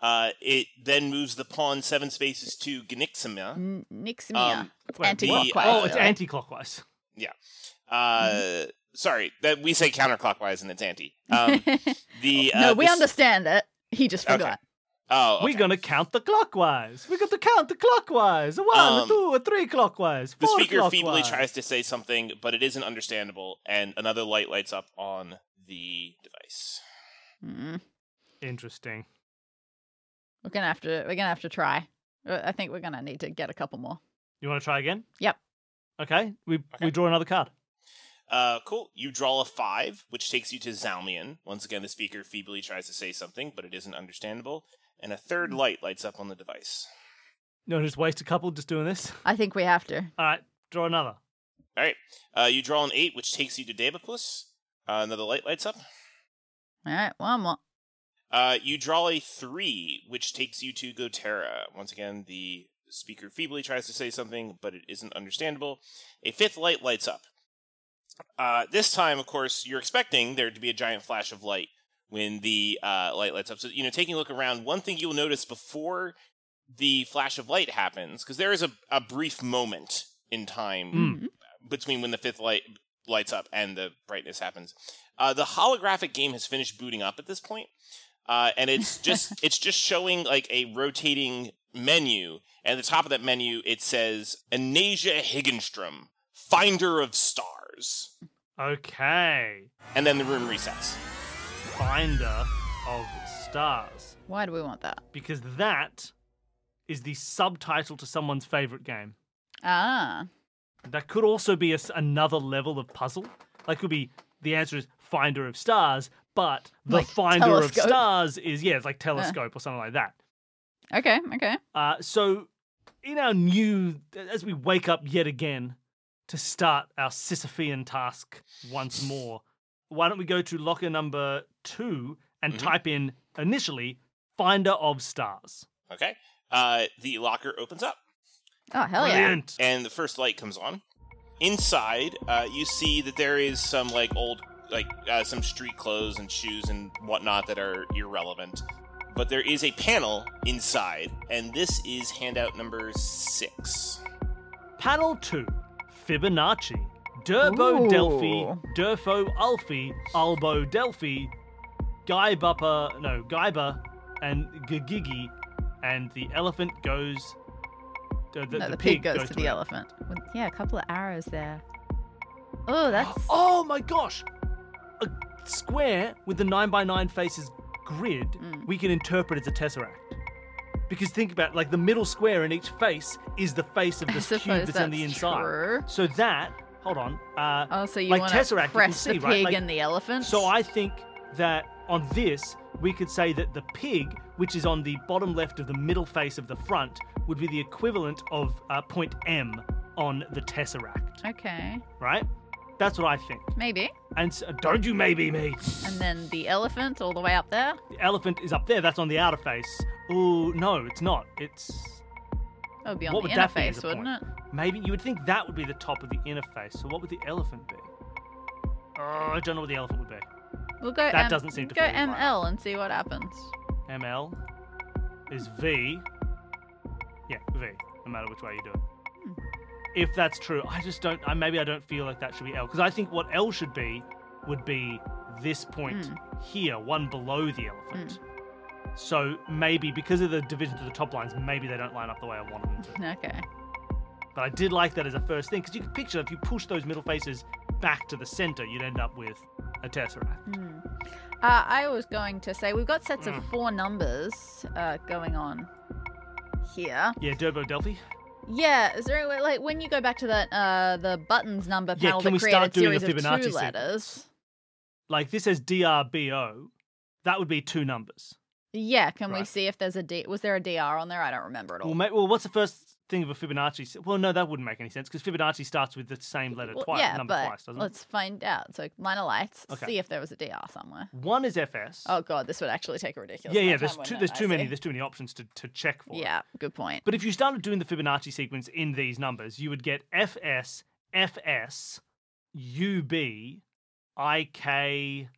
Uh, it then moves the pawn seven spaces to Gnixima.
N- Nixmia.
Uh, Um, uh,
it's
Wait,
anti-clockwise.
the,
Oh, it's
really.
anti clockwise.
Uh, sorry, that we say counterclockwise, and it's anti. Um, the uh,
no, we
this-
understand it. He just
Okay.
forgot.
Oh, okay.
We're going to count the clockwise. We're going to count the clockwise. A one, a
Um,
two, a three clockwise.
The
four
speaker
clockwise.
feebly tries to say something, but it isn't understandable, and another light lights up on the device.
Mm,
Interesting.
we're gonna have to. We're gonna have to try. Uh, I think we're gonna need to get a couple more.
You want to try again?
Yep.
Okay, we, we
Okay.
draw another card.
Uh, cool. You draw a five, which takes you to Zalmian. Once again, the speaker feebly tries to say something, but it isn't understandable. And a third light lights up on the device.
You want to just waste a couple just doing this?
I think we have to.
All right, draw another.
All right. Uh, you draw an eight, which takes you to Dabapus. Uh, another light lights up.
All right, one more.
Uh, you draw a three, which takes you to Gotera. Once again, the speaker feebly tries to say something, but it isn't understandable. A fifth light lights up. Uh, this time, of course, you're expecting there to be a giant flash of light when the uh, light lights up. So, you know, taking a look around, one thing you'll notice before the flash of light happens, because there is a, a brief moment in time
Mm.
Mhm.
between when the fifth light lights up and the brightness happens. Uh, the holographic game has finished booting up at this point, uh, and it's just it's just showing like a rotating menu. And at the top of that menu, it says Anasia Higginstrom, Finder of Stars,
Okay.
and then the room resets.
Finder of Stars.
Why do we want that?
Because that is the subtitle to someone's favorite game.
Ah,
That could also be a s another level of puzzle. Like, could be the answer is Finder of Stars, but the
Like
Finder
telescope?
of Stars is, yeah, it's like telescope or something like that.
okay, okay.
Uh, so, in our new, as we wake up yet again to start our Sisyphean task once more, why don't we go to locker number two and
Mhm.
type in initially Finder of Stars?
Okay, uh, the locker opens up.
Oh hell
Brilliant.
and the first light comes on. Inside, uh, you see that there is some like old, like uh, some street clothes and shoes and whatnot that are irrelevant. But there is a panel inside, and this is handout number six.
Panel two Fibonacci. Durbo
Ooh.
Delphi, Durfo Alfie, Albo Delphi, Guy Bupper, no, Guyber, and Gigigi, and the elephant goes. The,
yeah.
the,
No, the,
the
pig, goes, to, the
an-
elephant. With- Yeah, a couple of arrows there. Oh, that's
Oh my gosh! a square with the 9 by 9 faces grid
Mm.
we can interpret as a tesseract. Because think about it, like the middle square in each face is the face of
I
this
suppose
cube that's on the inside.
true.
So that, hold on. Uh,
Oh, so you
Like
want
Tesseract, you
to
can
press
see,
the pig
right? Like-
and the elephant?
so I think that on this, we could say that the pig, which is on the bottom left of the middle face of the front, would be the equivalent of uh, point M on the tesseract,
Okay,
right? That's what I think.
maybe.
And so, don't you maybe me.
And then the elephant all the way up there.
The elephant is up there. That's on the outer face. Ooh, no, it's not. It's
That would be on
What
the
would
inner
that be as
face,
a
wouldn't it?
maybe you would think that would be the top of the inner face. So what would the elephant be? Oh, I don't know what the elephant would be.
We'll go.
That
M-
doesn't seem to
go
fit in my
ML and see what happens.
ML is V. Yeah, V. No matter which way you do it. If that's true, I just don't. I maybe I don't feel like that should be L because I think what L should be would be this point here, one below the elephant. So maybe because of the division to the top lines, maybe they don't line up the way I wanted them to.
Okay.
But I did like that as a first thing because you can picture if you push those middle faces back to the center, you'd end up with a tesseract.
Hmm. Uh, I was going to say we've got sets
Hmm.
of four numbers uh, going on here.
Yeah, Durbo Delphi.
Yeah, is there any way, like when you go back to that uh the buttons number
Yeah,
panel
can we
that
start
created
doing a
series of
Fibonacci
two
sequence?
letters?
Like this says DRBO, that would be two numbers.
Yeah, can we
Right.
see if there's a D? Was there a DR on there? I don't remember at all.
Well, ma- well, what's the first thing of a Fibonacci? se- Well, no, that wouldn't make any sense because Fibonacci starts with the same letter
Well,
twice,
yeah,
number
but
twice, doesn't
let's find out. So line of lights,
Okay.
see if there was a DR somewhere.
it? One is FS.
Oh god, this would actually take a ridiculous.
yeah,
amount
yeah.
of
There's
time,
too,
wouldn't
there's
it? I
too many.
see.
There's too many options to, to check for.
Yeah, good point.
But if you started doing the Fibonacci sequence in these numbers, you would get FS, FS, UB, IK,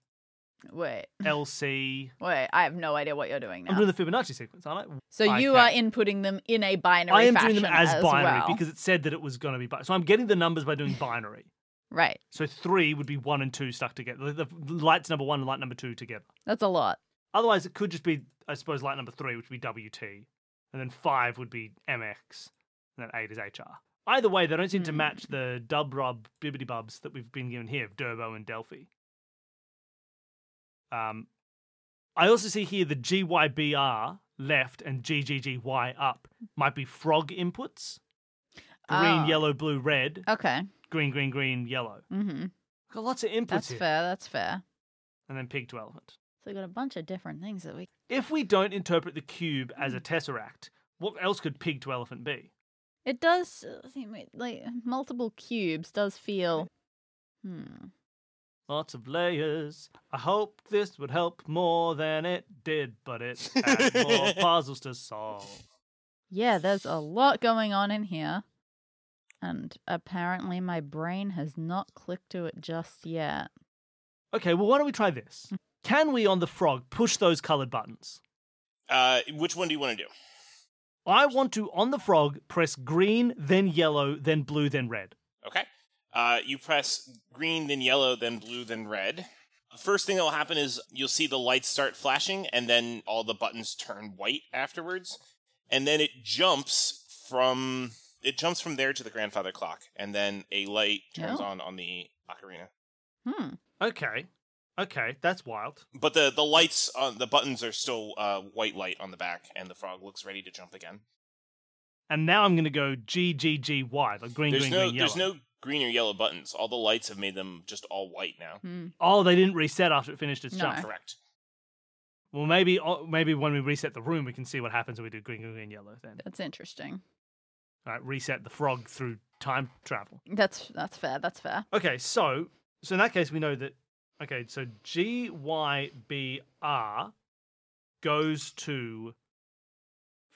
Wait,
LC.
wait, I have no idea what you're doing
I'm
now.
doing the Fibonacci sequence, aren't I?
So you
okay.
are inputting them in a binary.
I am
fashion
doing them as, binary
well.
because it said that it was going to be binary. So I'm getting the numbers by doing binary.
right,
So three would be one and two stuck together. The, the lights number one and light number two together.
that's a lot.
Otherwise, it could just be, I suppose, light number three, which would be WT, and then five would be MX, and then eight is HR. Either way, they don't seem to
Hmm.
match the dub rub bibbity bubs that we've been given here of Durbo and Delphi. Um, I also see here the GYBR left and GGGY up might be frog inputs. Green,
Oh.
yellow, blue, red.
Okay,
Green, green, green, yellow.
mm-hmm.
Got lots of inputs
that's
here.
fair. That's fair.
And then pig to elephant.
So we've got a bunch of different things that we
If we don't interpret the cube as
Hmm.
a tesseract, what else could pig to elephant be?
It does uh, seem like- like multiple cubes does feel. Hmm.
Lots of layers. I hope this would help more than it did, but it had more puzzles to solve.
Yeah, there's a lot going on in here, and apparently my brain has not clicked to it just yet.
Okay, well, why don't we try this? Can we, on the frog, push those colored buttons?
Uh, which one do you want to do?
I want to, on the frog, press green, then yellow, then blue, then red.
Okay. Uh, you press green, then yellow, then blue, then red. First thing that will happen is you'll see the lights start flashing, and then all the buttons turn white afterwards. And then it jumps from it jumps from there to the grandfather clock, and then a light turns
Oh.
on on the ocarina.
Hmm.
Okay, okay, that's wild.
But the the lights on the buttons are still uh, white light on the back, and the frog looks ready to jump again.
And now I'm going to go G, G, G, Y, like green,
there's
green,
no
green, yellow.
there's no green or yellow buttons. All the lights have made them just all white now.
Hmm.
Oh, they didn't reset after it finished its
No.
jump.
Correct.
Well, maybe oh, maybe when we reset the room, we can see what happens when we do green, green, green, yellow. Then,
That's interesting.
All right, reset the frog through time travel.
That's that's fair. That's fair.
Okay, so so in that case, we know that. Okay, so G Y B R goes to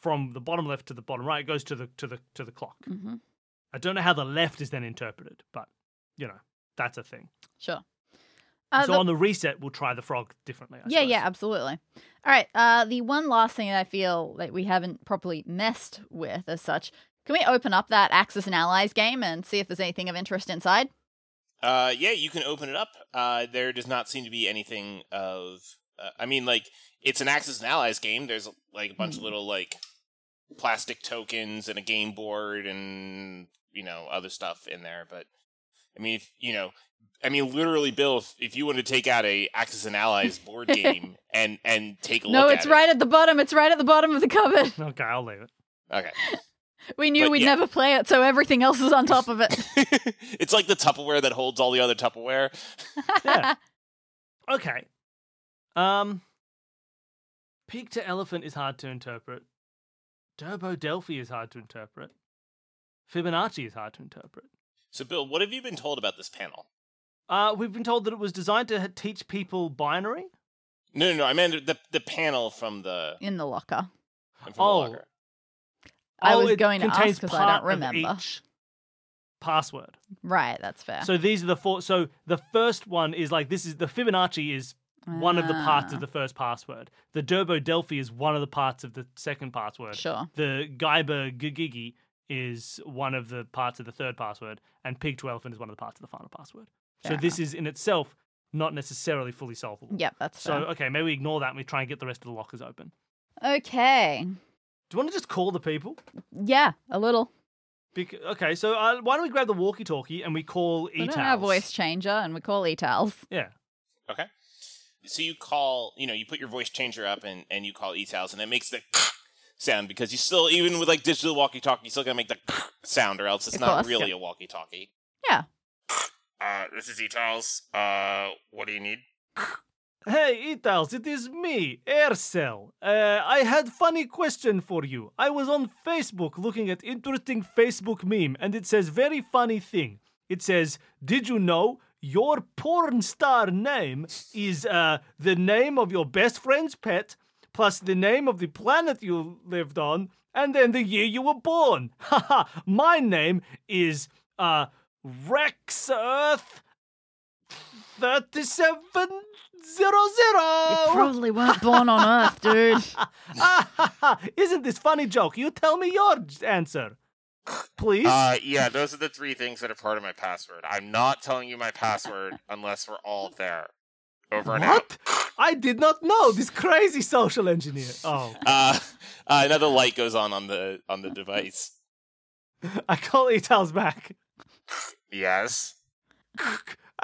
from the bottom left to the bottom right. It goes to the to the to the clock.
hmm
I don't know how the left is then interpreted, but you know that's a thing.
Sure. Uh,
so
the-
on the reset, we'll try the frog differently. I
yeah,
suppose.
yeah, absolutely. All right. Uh, the one last thing that I feel that we haven't properly messed with as such. Can we open up that Axis and Allies game and see if there's anything of interest inside?
Uh, yeah, you can open it up. Uh, there does not seem to be anything of. Uh, I mean, like it's an Axis and Allies game. There's like a bunch of
Hmm.
little like plastic tokens and a game board and you know other stuff in there, but I mean, if, you know, I mean, literally, Bill, if, if you want to take out a Axis and Allies board game and and take a
No,
look
it's
at
right at the bottom. It's right at the bottom of the cupboard.
Okay, I'll leave it.
it, okay,
We knew
But
we'd
yeah.
never play it, so everything else is on top of it.
it's like the Tupperware that holds all the other Tupperware.
Yeah. okay. Um, Pig to elephant is hard to interpret. Durbo Delphi is hard to interpret. Fibonacci is hard to interpret.
So, Bill, what have you been told about this panel?
Uh, we've been told that it was designed to h- teach people binary.
No, no, no. I meant the the panel from the
In the locker.
from
Oh.
the locker.
I
Oh,
was
it
going to
contains
ask because I
part
don't
of
remember.
each password.
Right, that's fair.
So these are the four. So the first one is like this is the Fibonacci is one of the parts
Ah,
of the first password. The Durbo Delphi is one of the parts of the second password.
Sure.
The Geiber Gigigi is one of the parts of the third password, and Pig to Elephant is one of the parts of the final password. so
Fair
this is in itself not necessarily fully solvable.
Yep, that's
So
fair.
okay, maybe we ignore that and we try and get the rest of the lockers open.
okay.
Do you want to just call the people?
Yeah, a little.
Bec- okay, so uh, why don't we grab the walkie-talkie and we call
We
Etals?
don't have voice changer and we call etals.
Yeah.
Okay. So you call, you know, you put your voice changer up and, and you call eTows and it makes the sound because you still, even with like digital walkie talkie, you still gotta make the sound or else it's
Of
not
course,
really
yeah.
a walkie talkie.
Yeah.
Uh, this is eTows. Uh, what do you need?
Hey, Etals, it is me, Aircell. Uh, I had funny question for you. I was on Facebook looking at interesting Facebook meme, and it says very funny thing. It says, "Did you know your porn star name is uh, the name of your best friend's pet, plus the name of the planet you lived on, and then the year you were born?" Haha. My name is uh, Rex Earth. 3700 Oh.
You probably weren't born on Earth, dude.
Ah, ha, ha. Isn't this funny joke? You tell me your j- answer, please.
Uh, yeah, those are the three things that are part of my password. I'm not telling you my password unless we're all there. Over
what? I did not know this crazy social engineer. Oh,
Uh, uh, another light goes on on the on the device.
I call Itals back.
Yes.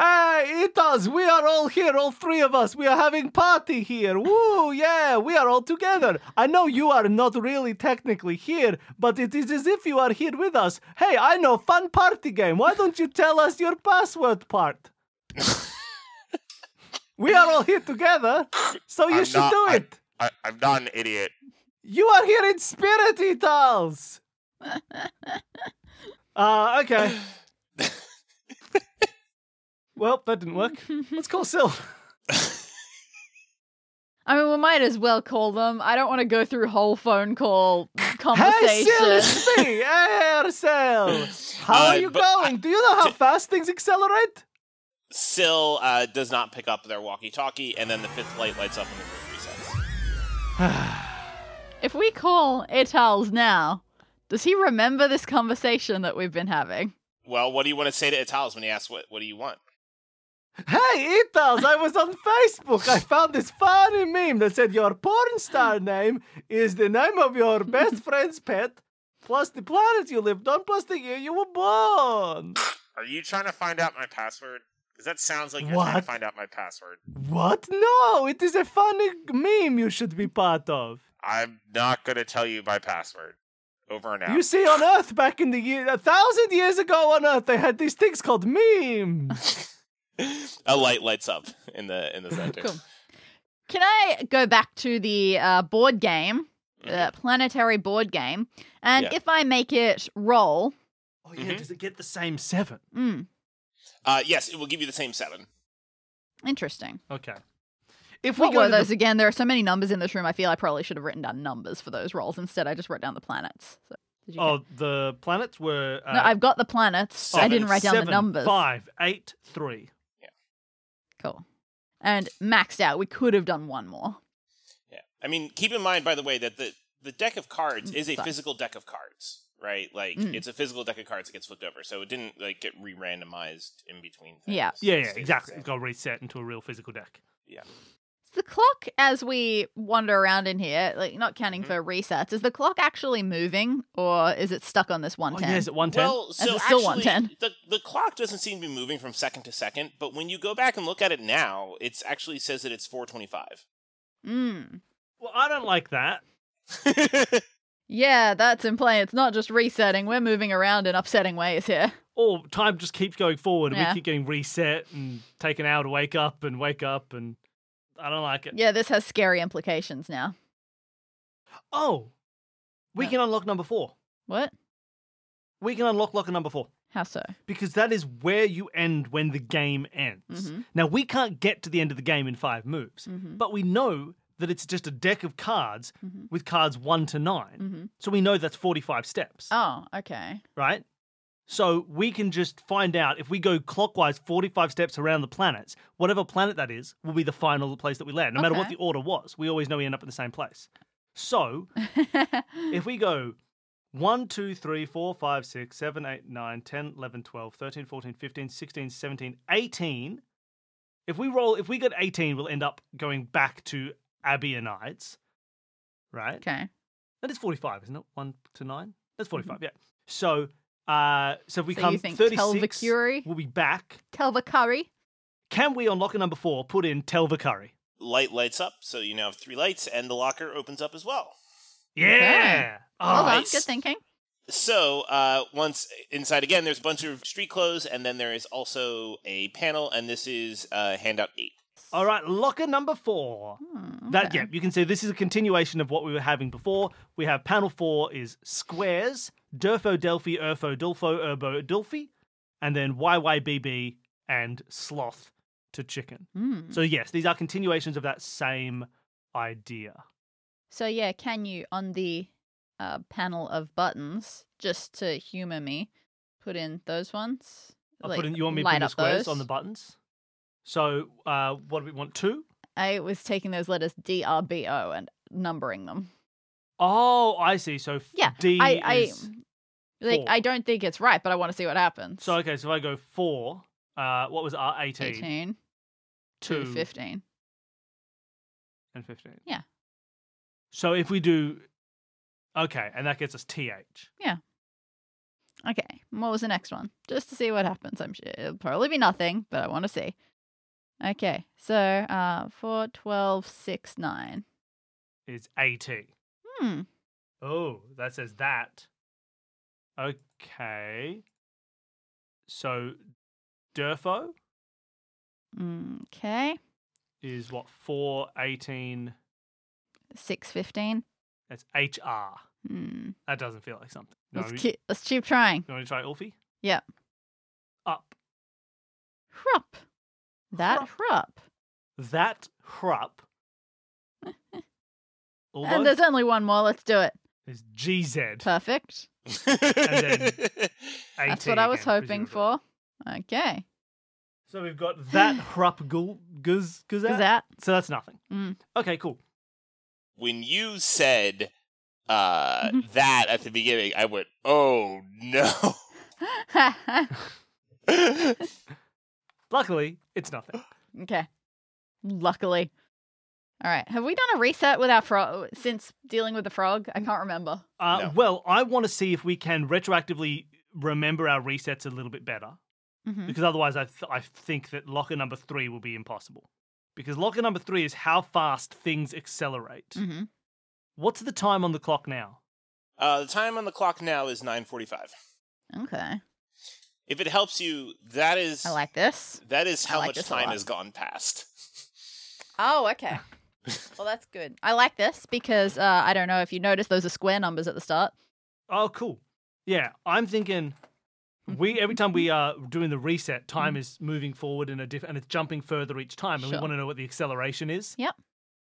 Ah, Itals, we are all here, all three of us. We are having party here. Woo, yeah, we are all together. I know you are not really technically here, but it is as if you are here with us. Hey, I know fun party game. Why don't you tell us your password part? we are all here together, so you
I'm
should
not-
do
I-
it.
I, I'm not an idiot.
You are here in spirit, Itals. uh, okay. well, that didn't work. Let's call Syl.
I mean, we might as well call them. I don't want to go through whole phone call
Hey, Syl,
conversation.
it's me, Ercel. How
Uh,
are you
but
going? Do you know how fast things accelerate?
Syl uh, does not pick up their walkie-talkie, and then the fifth light lights up and the room resets.
if we call Etals now, does he remember this conversation that we've been having?
Well, what do you want to say to Itals when he asks what What do you want?
Hey, Itals, I was on Facebook. I found this funny meme that said your porn star name is the name of your best friend's pet, plus the planet you lived on, plus the year you were born.
Are you trying to find out my password? Because that sounds like you're trying to
What?
find out my password.
What? No, it is a funny meme you should be part of.
I'm not going to tell you my password. Over and out.
You see, on Earth back in the year, a thousand years ago on Earth, they had these things called memes.
A light lights up in the in the center.
Cool. Can I go back to the uh, board game,
Mm-hmm.
the planetary board game? And
Yeah.
if I make it roll,
Oh,
yeah, Mhm.
does it get the same seven?
mm,
Uh, yes, it will give you the same seven.
interesting.
Okay. If we
What
go
were
to the-
those again? There are so many numbers in this room. I feel I probably should have written down numbers for those rolls. Instead, I just wrote down the planets. So, did you
Oh, the planets were.
get-
Uh,
no, I've got the planets. I
seven-
didn't write down
seven,
the numbers.
Five, eight, three.
Cool. And maxed out. We could have done one more.
Yeah. I mean, keep in mind, by the way, that the the deck of cards is a
Sorry.
physical deck of cards, right? Like
Mm.
it's a physical deck of cards that gets flipped over, so it didn't like get re-randomized in between. Things.
Yeah.
Yeah, yeah,
Stays the
exactly.
same.
It got reset into a real physical deck.
So the clock as we wander around in here, like not counting
Mhm.
Mm-hmm.
for resets, is the clock actually moving or is it stuck on this
Oh,
110?
yeah, is it 110?
Well, so
it's still
actually,
110.
the the clock doesn't seem to be moving from second to second, but when you go back and look at it now, it's actually says that it's 425.
Mm.
well, I don't like that.
Yeah, that's implying it's not just resetting. We're moving around in upsetting ways here.
Or time just keeps going forward and
Yeah.
we keep getting reset and take an hour to wake up and wake up and I don't like it.
Yeah, this has scary implications now.
Oh, we
Yeah.
can unlock number four.
What?
We can unlock locker number four
How so?
because that is where you end when the game ends.
Mhm.
Now, we can't get to the end of the game in five moves,
Mm-hmm.
but we know that it's just a deck of cards
Mhm.
with cards one to 9
Mm-hmm.
So we know that's 45 steps,
Oh, okay.
right? So we can just find out if we go clockwise 45 steps around the planets, whatever planet that is will be the final place that we land, no matter what
Okay.
the order was. We always know we end up at the same place. So if we go 1, 2, 3, 4, 5, 6, 7, 8, 9, 10, 11, 12, 13, 14, 15, 16, 17, 18. If we roll, if we get 18, we'll end up going back to Abionites, right?
okay. Mm-hmm.
That is 45, isn't it? 1 to 9? That's 45, yeah. So, uh, so if we
so
come
you think
36,
Telvacuri?
we'll be back.
Telvacuri?
Can we on locker number four put in Telvacurry?
Light lights up, so you now have three lights, and the locker opens up as well.
Yeah!
Well
Oh,
done.
nice.
Good thinking.
So uh, once inside again, there's a bunch of street clothes, and then there is also a panel, and this is uh, handout eight.
all right, locker number four.
Hmm,
That
okay.
yeah, you can see this is a continuation of what we were having before. We have panel four is squares, Durfo Delphi, Urfo, Dulfo, Urbo, Dulphi, and then YYBB and sloth to chicken.
Hmm.
So yes, these are continuations of that same idea.
So yeah, can you on the uh, panel of buttons, just to humor me, put in those ones?
I'll
Like,
put in you want me to
light
put in the
up
squares
those?
on the buttons. So uh, what do we want? Two?
I was taking those letters D R B O and numbering them.
Oh, I see. So f-
Yeah,
D
I, I
is
like.
four.
I don't think it's right, but I want to see what happens.
so okay. So if I go four. Uh, what was R 18,
18
two,
to 15.
and 15.
Yeah.
So if we do okay, and that gets us th.
Okay, what was the next one? Just to see what happens. I'm sure it'll probably be nothing, but I want to see. Okay, so uh, 4, 12, 6, 9.
is at.
Hmm.
Oh, that says that. Okay. So Durfo
Okay.
is what 418
Six fifteen.
that's HR.
Hmm.
That doesn't feel like something. You
Let's
want
keep let's keep trying.
to try Ulfie?
Yeah.
Up.
Hrup. That hrup.
That hrup.
And
Ulbo
there's only one more. Let's do it.
is GZ.
Perfect.
then-
That's
18
what I was
again,
hoping
presumably.
for. Okay.
So we've got that hrup gul guz gazette.
Is that?
So that's nothing.
Mm.
Okay, cool.
when you said uh,
Mm-hmm.
that at the beginning, I went, "Oh no!"
Luckily, it's nothing.
okay. Luckily. All right. Have we done a reset with our frog since dealing with the frog? I can't remember.
Uh,
No.
Well, I want to see if we can retroactively remember our resets a little bit better,
Mhm.
because otherwise, I th- I think that locker number three will be impossible. Because locker number three is how fast things accelerate.
Mhm.
What's the time on the clock now?
uh, the time on the clock now is nine forty-five.
Okay.
If it helps you, that is
I like this.
that is
I
how
like
much
this a
time
lot.
has gone past.
Oh, okay. well, that's good. I like this because uh, I don't know if you noticed those are square numbers at the start.
Oh, cool. Yeah, I'm thinking we every time we are doing the reset, time is moving forward in a different and it's jumping further each time, and we
Sure.
want to know what the acceleration is.
Yep.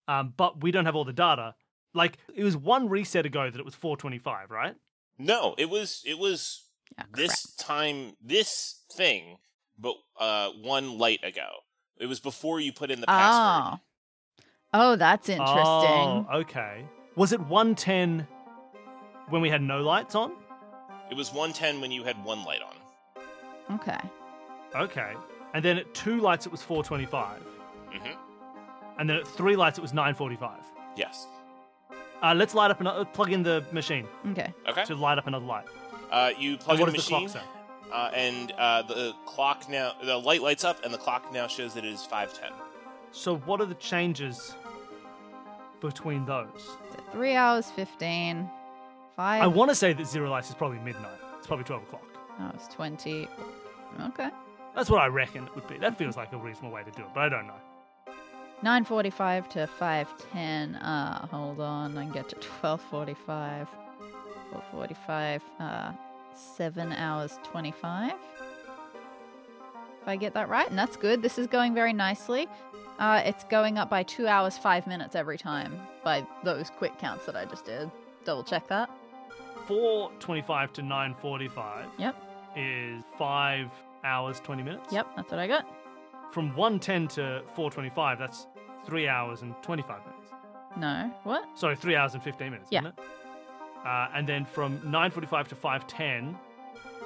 Um, but we don't have all the data. Like it was one reset ago that it was 425, right?
No, it was it was
Ah,
this time this thing, but uh, one light ago. It was before you put in the
Ah.
password.
Oh, that's interesting.
Oh, okay. Was it 110 when we had no lights on?
It was one ten when you had one light on.
Okay.
Okay. And then at two lights it was 425.
Mhm.
and then at three lights it was 9:45.
Yes.
Uh, let's light up another. Plug in the machine
Okay.
Okay.
to light up another light.
Uh, you plug in
what
the
does the
machine,
clock say?
uh, and uh, the clock now the light lights up, and the clock now shows that it is five ten.
So what are the changes between those?
So three hours, 15. Five.
I want to say that zero lights is probably midnight. It's probably 12 o'clock.
oh, it's 20. Okay.
That's what I reckon it would be. That feels like a reasonable way to do it, but I don't know.
9.45 to 5.10. Uh, hold on. I can get to 12.45. 4.45. Uh, 7 hours 25. If I get that right, and that's good. This is going very nicely. Uh, it's going up by 2 hours 5 minutes every time by those quick counts that I just did. Double check that.
4:25 to 9:45.
Yep.
Is five hours 20 minutes.
Yep, that's what I got.
From 1:10 to 4:25, that's three hours and 25 minutes.
No. What?
Sorry, three hours and 15 minutes.
Yeah.
Isn't it? Uh, and then from 9:45 to 5:10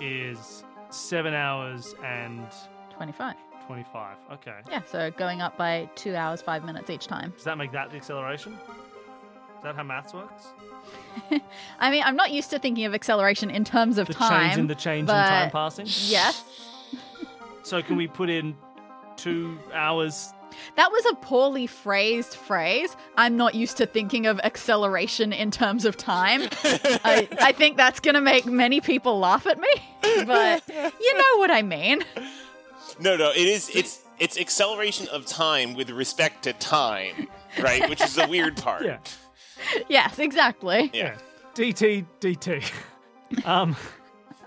is seven hours and
25.
25. Okay.
Yeah, so going up by two hours, five minutes each time.
Does that make that the acceleration? Is that how maths works?
I mean, I'm not used to thinking of acceleration in terms of
The
time.
change in the change in
but-
time passing.
Yes.
So can we put in two hours?
That was a poorly phrased phrase. I'm not used to thinking of acceleration in terms of time. I, I think that's going to make many people laugh at me, but you know what I mean.
No, no, it is. It's it's acceleration of time with respect to time, right? Which is the weird part.
Yeah.
Yes, exactly.
Yeah.
DT DT. um,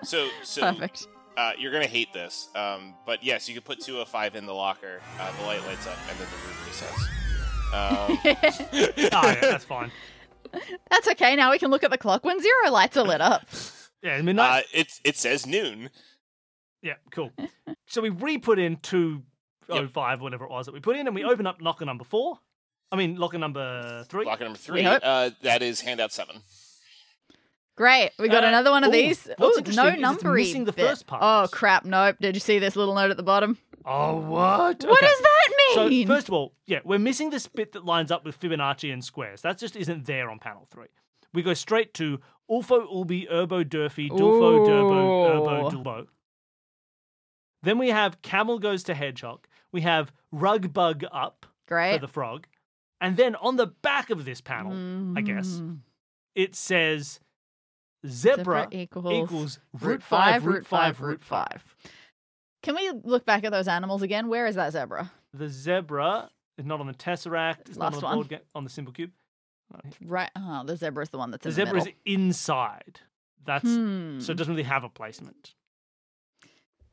So so
Perfect.
uh, you're gonna hate this, um, but yes, you can put 205 in the locker. Uh, the light lights up, and then the room resets. Um,
ah, yeah, that's fine.
That's okay. Now we can look at the clock when zero lights are lit up.
Yeah, midnight.
uh, it it says noon.
yeah, cool. So we re-put in two oh five, whatever it was that we put in, and we open up locker number four. I mean, locker number three.
Locker number three.
hope.
Uh, that is handout seven.
Great. We got
Uh,
another one of
ooh,
these.
what's
Ooh,
interesting
no
is it's
numbery.
missing the
bit.
first part.
Oh, crap. Nope. Did you see this little note at the bottom?
Oh, what?
What
Okay.
does that
So
mean?
first of all, yeah, we're missing this bit that lines up with Fibonacci and squares. That just isn't there on panel three. We go straight to Ulfo Ulbi Urbo Durfy Dulfo Durbo Urbo
Ooh.
Dulbo. Then we have Camel goes to Hedgehog. We have Rug Bug Up for
Great.
the frog. And then on the back of this panel, I guess,
Mm.
it says Zebra,
equals,
equals root five, root five, root five.
Can we look back at those animals again? Where is that zebra?
The zebra is not on the tesseract, it's not
Last
on the
one.
board game, on the symbol cube.
Right. Oh, the zebra is the one that's
the
in
zebra
the
is
middle.
inside. That's
Hmm.
so it doesn't really have a placement.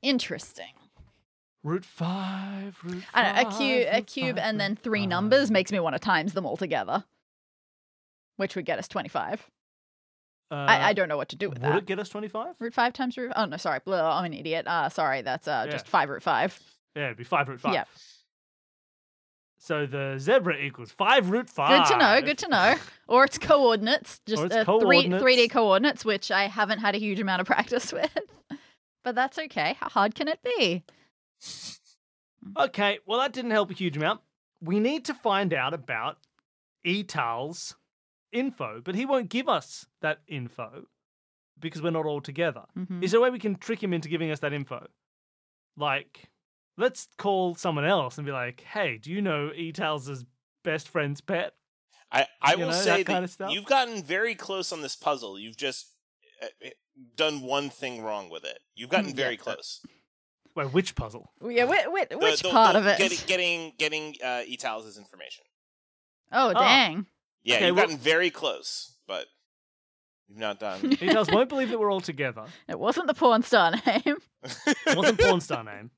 Interesting.
Root five, root
I
five.
don't know, a cube, a
root
cube,
five,
and then
root
three
five.
numbers makes me want to times them all together, which would get us twenty-five.
Uh,
I, I don't know what to do with
would
that.
it get us twenty-five?
Root five times root. Oh no, sorry, blah, I'm an idiot. Uh, sorry, that's uh,
Yeah.
just five root five.
Yeah, it'd be five root five.
Yeah.
So the zebra equals five root five.
Good to know. Good to know. Or its coordinates, just
Oh, its
uh,
coordinates.
three 3D coordinates, which I haven't had a huge amount of practice with. but that's okay. How hard can it be?
Okay, well that didn't help a huge amount. We need to find out about Etal's info, but he won't give us that info because we're not all together.
Mhm.
Is there a way we can trick him into giving us that info? Like, let's call someone else and be like, "Hey, do you know Etal's best friend's pet?"
I, I
You
will
know, that
say that
kinda stuff.
you've gotten very close on this puzzle. You've just uh, uh, done one thing wrong with it. You've gotten
Mm,
very
yeah.
close.
Wait, which puzzle?
Yeah, whi- whi-
The-
which
the-
part
the-
of it?
Getting getting, getting uh, Etal's information.
oh,
Oh.
dang.
Yeah,
Okay,
you've
well-
gotten very close, but you've not done.
Etal's won't believe that we're all together.
It wasn't the porn star name.
It wasn't porn star name.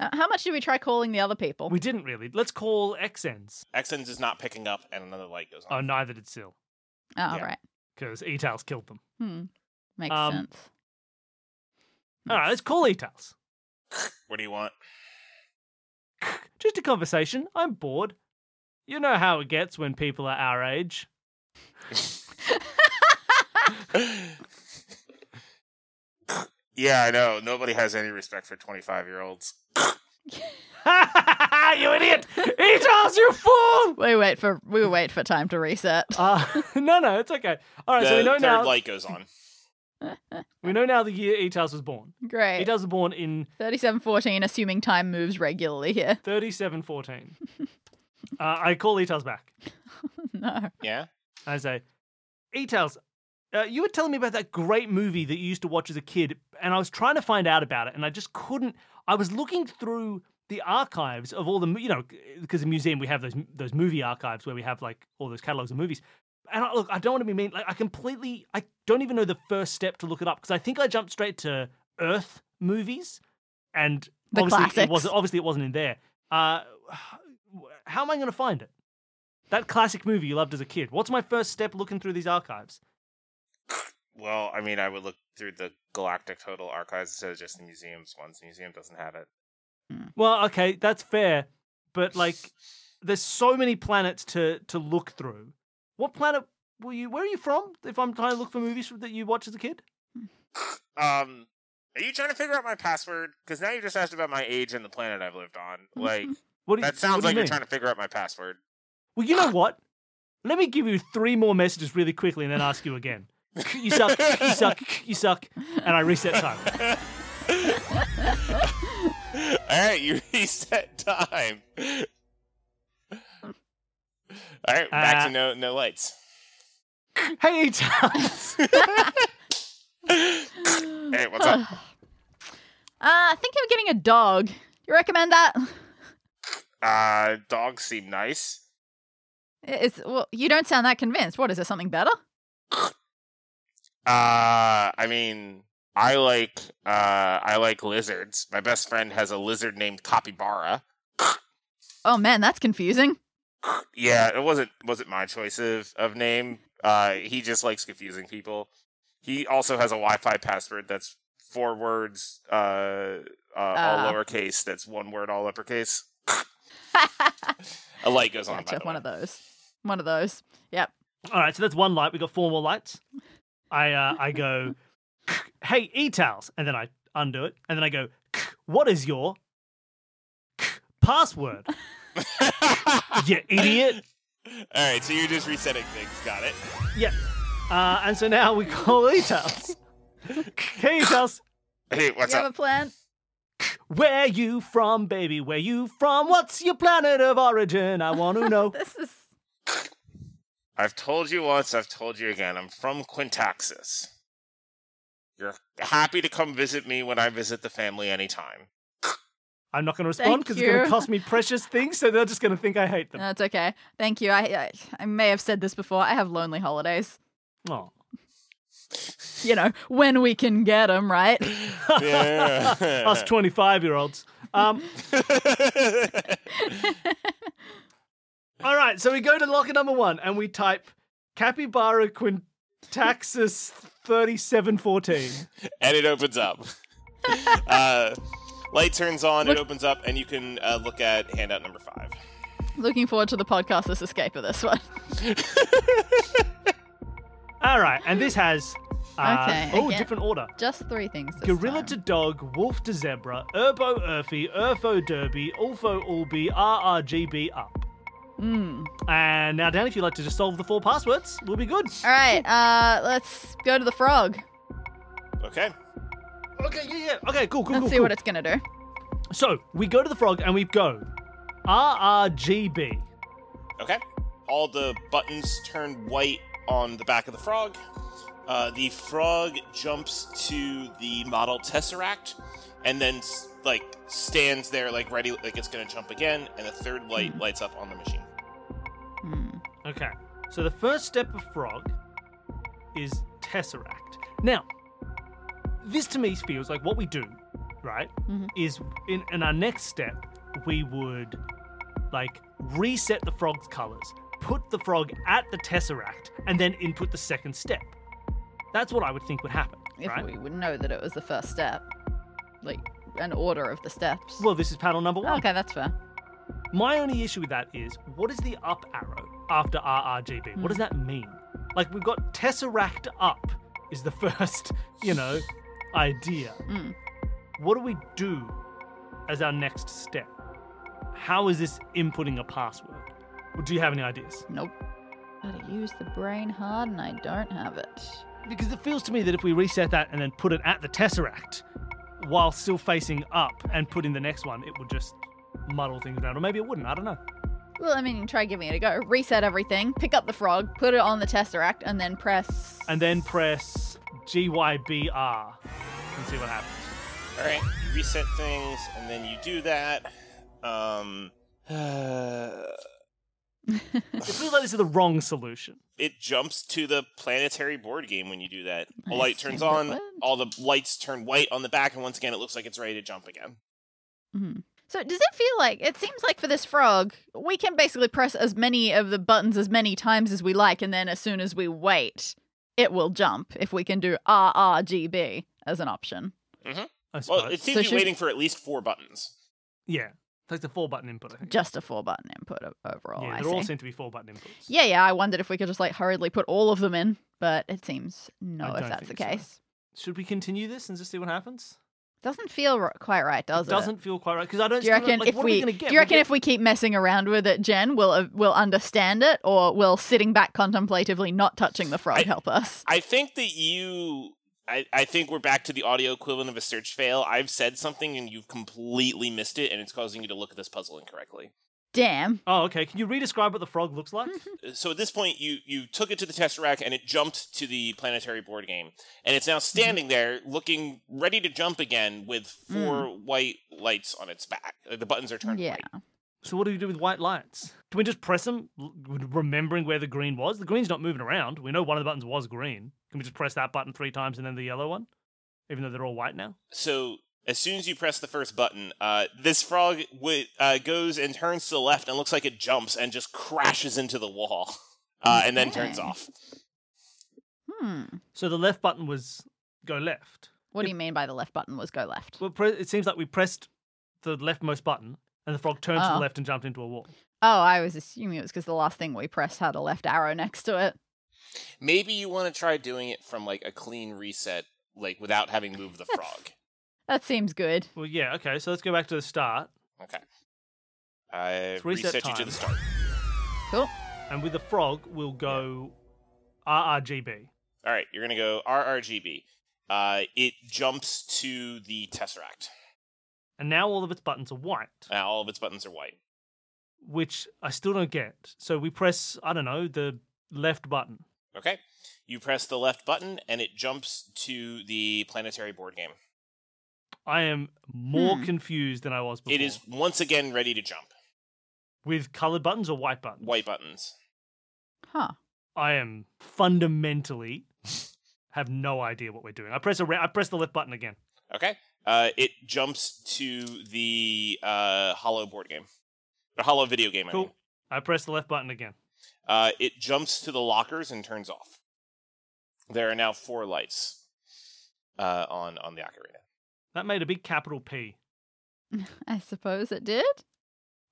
Uh, how much did we try calling the other people?
We didn't really. Let's call Xens.
Xens is not picking up, and another light goes
Oh,
on.
neither did Sil,
oh,
yeah.
right.
because Etal's killed them.
Hmm. Makes
Um,
sense. Hmm.
All right, let's call Etal's.
What do you want?
Just a conversation. I'm bored. You know how it gets when people are our age.
Yeah, I know. Nobody has any respect for 25 year olds.
you idiot! Eat us, you fool!
We wait for we wait for time to reset.
Uh, no, no, it's okay. All right,
the
so we know
third
now.
light goes on.
we know now the year Etas was born.
Great.
Etas was born in
Thirty-seven fourteen. Assuming time moves regularly here.
3714. uh, I call Etas back.
no.
Yeah.
I say, Etas, uh, you were telling me about that great movie that you used to watch as a kid, and I was trying to find out about it, and I just couldn't. I was looking through the archives of all the, mo- you know, because the museum we have those those movie archives where we have like all those catalogs of movies. And I, look, I don't want to be mean. Like, I completely, I don't even know the first step to look it up because I think I jumped straight to Earth movies, and
The
obviously it
classics.
wasn't. Obviously, it wasn't in there. Uh, how am I going to find it? That classic movie you loved as a kid. What's my first step looking through these archives?
Well, I mean, I would look through the Galactic Total archives instead of just the museum's ones. The museum doesn't have it.
Well, okay, that's fair, but like, there's so many planets to to look through. What planet were you? Where are you from? If I'm trying to look for movies that you watched as a kid,
Um, are you trying to figure out my password? Because now you just asked about my age and the planet I've lived on. Like
what do you,
that sounds
what do
like
you
you're
mean?
trying to figure out my password.
Well, you know what? Let me give you three more messages really quickly, and then ask you again. You suck. You suck. You suck. And I reset time.
All right, you reset time. All right, back
Uh,
to no no lights.
Hey, Charles.
Hey, what's up?
Uh, I think I'm getting a dog. You recommend that?
Uh, dogs seem nice.
It's, well, you don't sound that convinced. What is there something better?
Uh, I mean, I like uh, I like lizards. My best friend has a lizard named Capybara.
Oh man, that's confusing.
Yeah, it wasn't wasn't my choice of of name. Uh, he just likes confusing people. He also has a Wi-Fi password that's four words, uh, uh,
Ah.
all lowercase. That's one word, all uppercase.
A light
Oh,
goes on.
gotcha.
by the
One
way.
of those. One of those. Yep.
All right, so that's one light. We got four more lights. I uh, I go, hey, e towels, and then I undo it, and then I go, what is your password? you idiot.
All right, so you're just resetting things. Got it.
Yeah. Uh, and so now we call e towels. Hey, e towels,
Hey, what's
you
up?
have a plan?
where you from, baby? Where you from? What's your planet of origin? I want to know.
This is
I've told you once, I've told you again. I'm from Quintaxis. You're happy to come visit me when I visit the family anytime.
I'm not going to respond
Thank
because it's going
you.
to cost me precious things, so they're just going to think I hate them.
no, it's okay. Thank you. I, I I may have said this before. I have lonely holidays.
Oh.
You know, when we can get them, right?
Yeah.
Us 25 year olds. Um, All right, so we go to locker number one and we type Capybara Quintaxis 3714.
and it opens up. uh, light turns on, it opens up, and you can uh, look at handout number five.
Looking forward to the podcast. This escape of this one.
All right, and this has. Uh,
Okay,
Oh,
again-
different order.
Just three things. This
Gorilla
time.
to dog, wolf to zebra, Urbo Urfy, Urfo Derby, Ulfo Ulby, RRGB up.
Mm.
And now, Dan, if you'd like to just solve the four passwords, we'll be good.
All right. Uh, let's go to the frog.
Okay.
Okay, yeah, yeah. Okay, cool, cool,
Let's
cool.
see
cool.
what it's gonna do.
So we go to the frog and we go RRGB.
Okay. All the buttons turn white on the back of the frog. Uh, the frog jumps to the model tesseract and then s- like stands there like ready like it's gonna jump again and a third light lights up on the machine
Hmm.
Okay. So the first step of frog is tesseract. Now, this to me feels like what we do, right?
Mhm.
Is in, in our next step we would like reset the frog's colors, put the frog at the tesseract, and then input the second step. That's what I would think would happen,
If
right?
we would know that it was the first step, like an order of the steps.
Well, this is panel number one.
okay, that's fair.
My only issue with that is what is the up arrow after RRGB? What does that mean? Like we've got Tesseract up is the first, you know, idea.
Mm.
What do we do as our next step? How is this inputting a password? Or do you have any ideas?
Nope. Gotta use the brain hard, and I don't have it.
Because it feels to me that if we reset that and then put it at the tesseract while still facing up and put in the next one, it would just muddle things around. Or maybe it wouldn't. I don't know.
Well, I mean, try giving it a go. Reset everything, pick up the frog, put it on the tesseract, and then press.
And then press GYBR and see what happens.
All right, you reset things, and then you do that. Um,
It feels like this is the wrong solution.
it jumps to the planetary board game when you do that. A
I
light turns
see what
on,
went.
all the lights turn white on the back, and once again, it looks like it's ready to jump again.
Mhm. So does it feel like it seems like for this frog, we can basically press as many of the buttons as many times as we like, and then as soon as we wait, it will jump if we can do RRGB as an option.
I suppose.
Well, it seems
So
to
should-
be waiting for at least four buttons.
yeah. It's like the four button input, I think.
Just a four button input o- overall.
yeah,
Oh, I
there all
see.
seem to be four button inputs.
Yeah, yeah. I wondered if we could just like hurriedly put all of them in, but it seems no,
I
if
don't
that's the
think so.
case.
Should we continue this and just see what happens?
Doesn't feel r- quite right, does it?
Doesn't feel quite right because I don't.
Do you
I don't-
reckon
like,
if
what
we,
are we gonna get?
do you reckon
We'll
if we keep messing around with it, Jen, will uh, will understand it, or will sitting back contemplatively not touching the frog
I-
help us?
I think that you. I, I think we're back to the audio equivalent of a search fail. I've said something and you've completely missed it, and it's causing you to look at this puzzle incorrectly.
Damn.
get- oh, okay. Can you redescribe what the frog looks like?
So at this point, you you took it to the test rack and it jumped to the planetary board game, and it's now standing there, looking ready to jump again with four white lights on its back. Uh, The buttons are turned
Yeah.
white.
so what do we do with white lights? Do we just press them, l- remembering where the green was? The green's not moving around. We know one of the buttons was green. Can we just press that button three times and then the yellow one, even though they're all white now?
So as soon as you press the first button, uh, this frog w- uh, goes and turns to the left and looks like it jumps and just crashes into the wall, uh, and then turns
Okay.
off.
Hmm.
So the left button was go left.
What
If-
do you mean by the left button was go left?
Well, pre- it seems like we pressed the leftmost button and the frog turned to the
Oh.
left and jumped into a wall.
Oh, I was assuming it was because the last thing we pressed had a left arrow next to it.
Maybe you want to try doing it from like a clean reset, like without having moved the
That's-
frog.
That seems good.
Well, yeah. Okay. So let's go back to the start.
Okay. I
It's reset
reset, you to
time.
the start.
Cool.
And with the frog, we'll go RRGB.
All right, you're gonna go RRGB. Uh, it jumps to the tesseract.
And now all of its buttons are white,
Uh, all of its buttons are white.
which I still don't get. So we press, I don't know, the left button.
Okay. You press the left button, and it jumps to the planetary board game.
I am more
Hmm.
confused than I was before.
It is once again ready to jump.
with colored buttons or white buttons.
White buttons.
Huh.
I am fundamentally have no idea what we're doing. I press a ra- I press the left button again.
Okay. Uh, it jumps to the uh, hollow board game, the hollow video game. I mean.
Cool. I press the left button again.
Uh, it jumps to the lockers and turns off. There are now four lights uh, on on the ocarina.
That made a big capital P.
I suppose it did.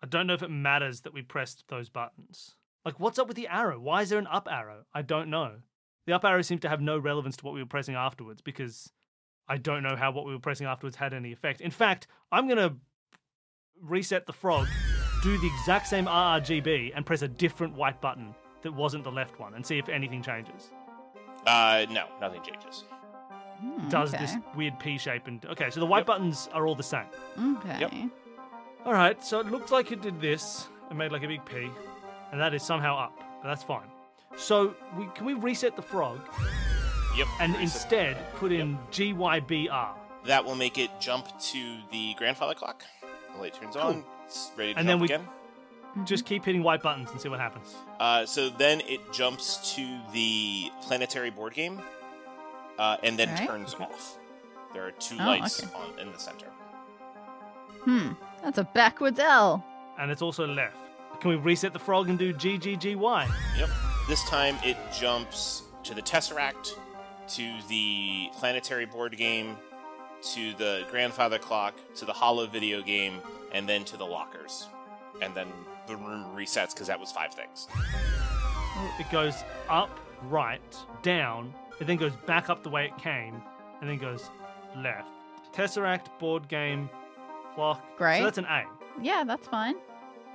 I don't know if it matters that we pressed those buttons. Like, what's up with the arrow? Why is there an up arrow? I don't know. The up arrow seems to have no relevance to what we were pressing afterwards because I don't know how what we were pressing afterwards had any effect. In fact, I'm going to reset the frog, do the exact same RRGB, and press a different white button that wasn't the left one and see if anything changes.
Uh, no, nothing changes.
Hmm,
Does
okay.
this weird P shape and. Okay, so the white
Yep.
buttons are all the same.
Okay. Hmm.
All right, so it looked like it did this and made like a big P, and that is somehow up, but that's fine. So we, can we reset the frog
Yep.
and
Reset.
instead put in GYBR,
That will make it jump to the grandfather clock. The light turns on. It's ready to
And
jump
then we-
again.
just keep hitting white buttons and see what happens.
Uh, so then it jumps to the planetary board game, uh, and then
Alright.
turns off. There are two
Oh,
lights
okay.
on in the center.
Hmm. That's a backwards L.
And it's also left. Can we reset the frog and do GGGY?
Yep. This time it jumps to the tesseract, to the planetary board game, to the grandfather clock, to the hollow video game, and then to the lockers. And then the room resets because that was five things.
It goes up, right, down, it then goes back up the way it came, and then goes left. Tesseract, board game, clock.
Great.
So that's an A.
Yeah, that's fine.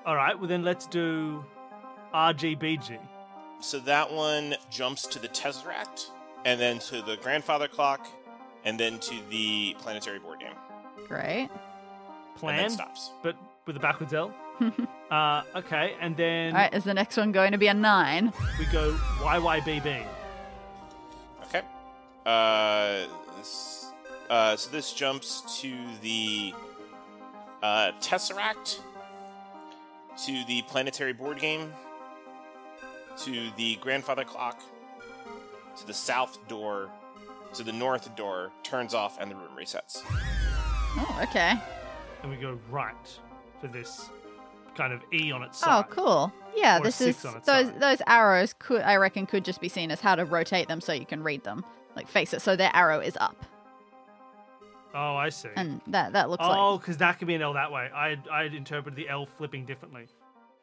All right, well then let's do RGBG.
So that one jumps to the Tesseract, and then to the Grandfather Clock, and then to the Planetary Board Game.
Great.
And then
Plan,
stops.
but with a backwards L.
All
Uh, okay, and then
right, is the next one going to be a nine?
we go YYBB.
Okay. Uh, this, uh, so this jumps to the uh, Tesseract, to the Planetary Board Game, to the Grandfather Clock, to the South Door, to the North Door, turns off, and the room resets.
Oh, okay.
And we go right for this kind of E on its
Oh,
side.
cool. Yeah,
Or a
this
six
is
on its
those
side.
those arrows could I reckon could just be seen as how to rotate them so you can read them. Like face it so their arrow is up.
Oh, I see.
And that that looks like
oh, because that could be an L that way. I I interpreted the L flipping differently.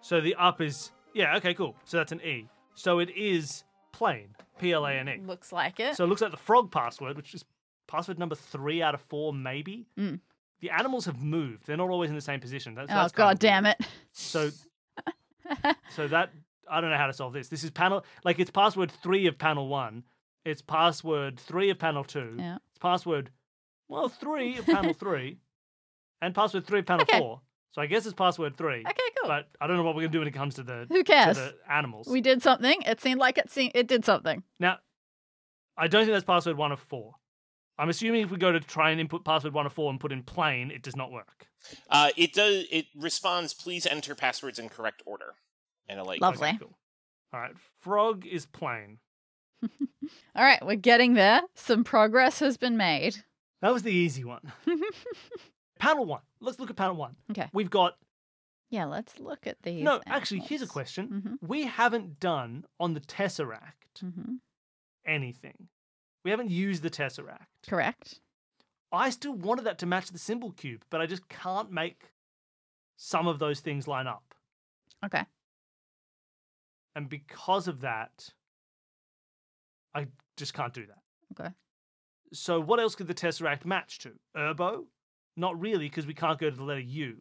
So the up is yeah. Okay, cool. So that's an E. So it is plain. P L A N E.
looks like it.
So it looks like the frog password, which is password number three out of four, maybe.
Mm.
The animals have moved. They're not always in the same position. That's,
oh god damn it.
So, so that I don't know how to solve this. This is panel like it's password three of panel one. It's password three of panel two.
Yeah.
It's password well three of panel three, and password three of panel
Okay.
four. So I guess it's password three.
Okay, cool.
But I don't know what we're gonna do when it comes to the
Who
to
cares?
the animals.
We did something. It seemed like it seemed it did something.
Now, I don't think that's password one of four. I'm assuming if we go to try and input password one of four and put in plain, it does not work.
Uh, it does. It responds. Please enter passwords in correct order. And it like
Love- Lovely.
cool. All right, frog is plain.
All right, we're getting there. Some progress has been made.
That was the easy one. panel one. Let's look at panel one.
Okay.
We've got
yeah, let's look at these.
no. Actually, here's a question.
hmm
We haven't done on the tesseract
hmm
anything. We haven't used the tesseract.
Correct.
I still wanted that to match the symbol cube, but I just can't make some of those things line up.
Okay.
and because of that, I just can't do that.
Okay.
So what else could the tesseract match to? Erbo? Not really, because we can't go to the letter U.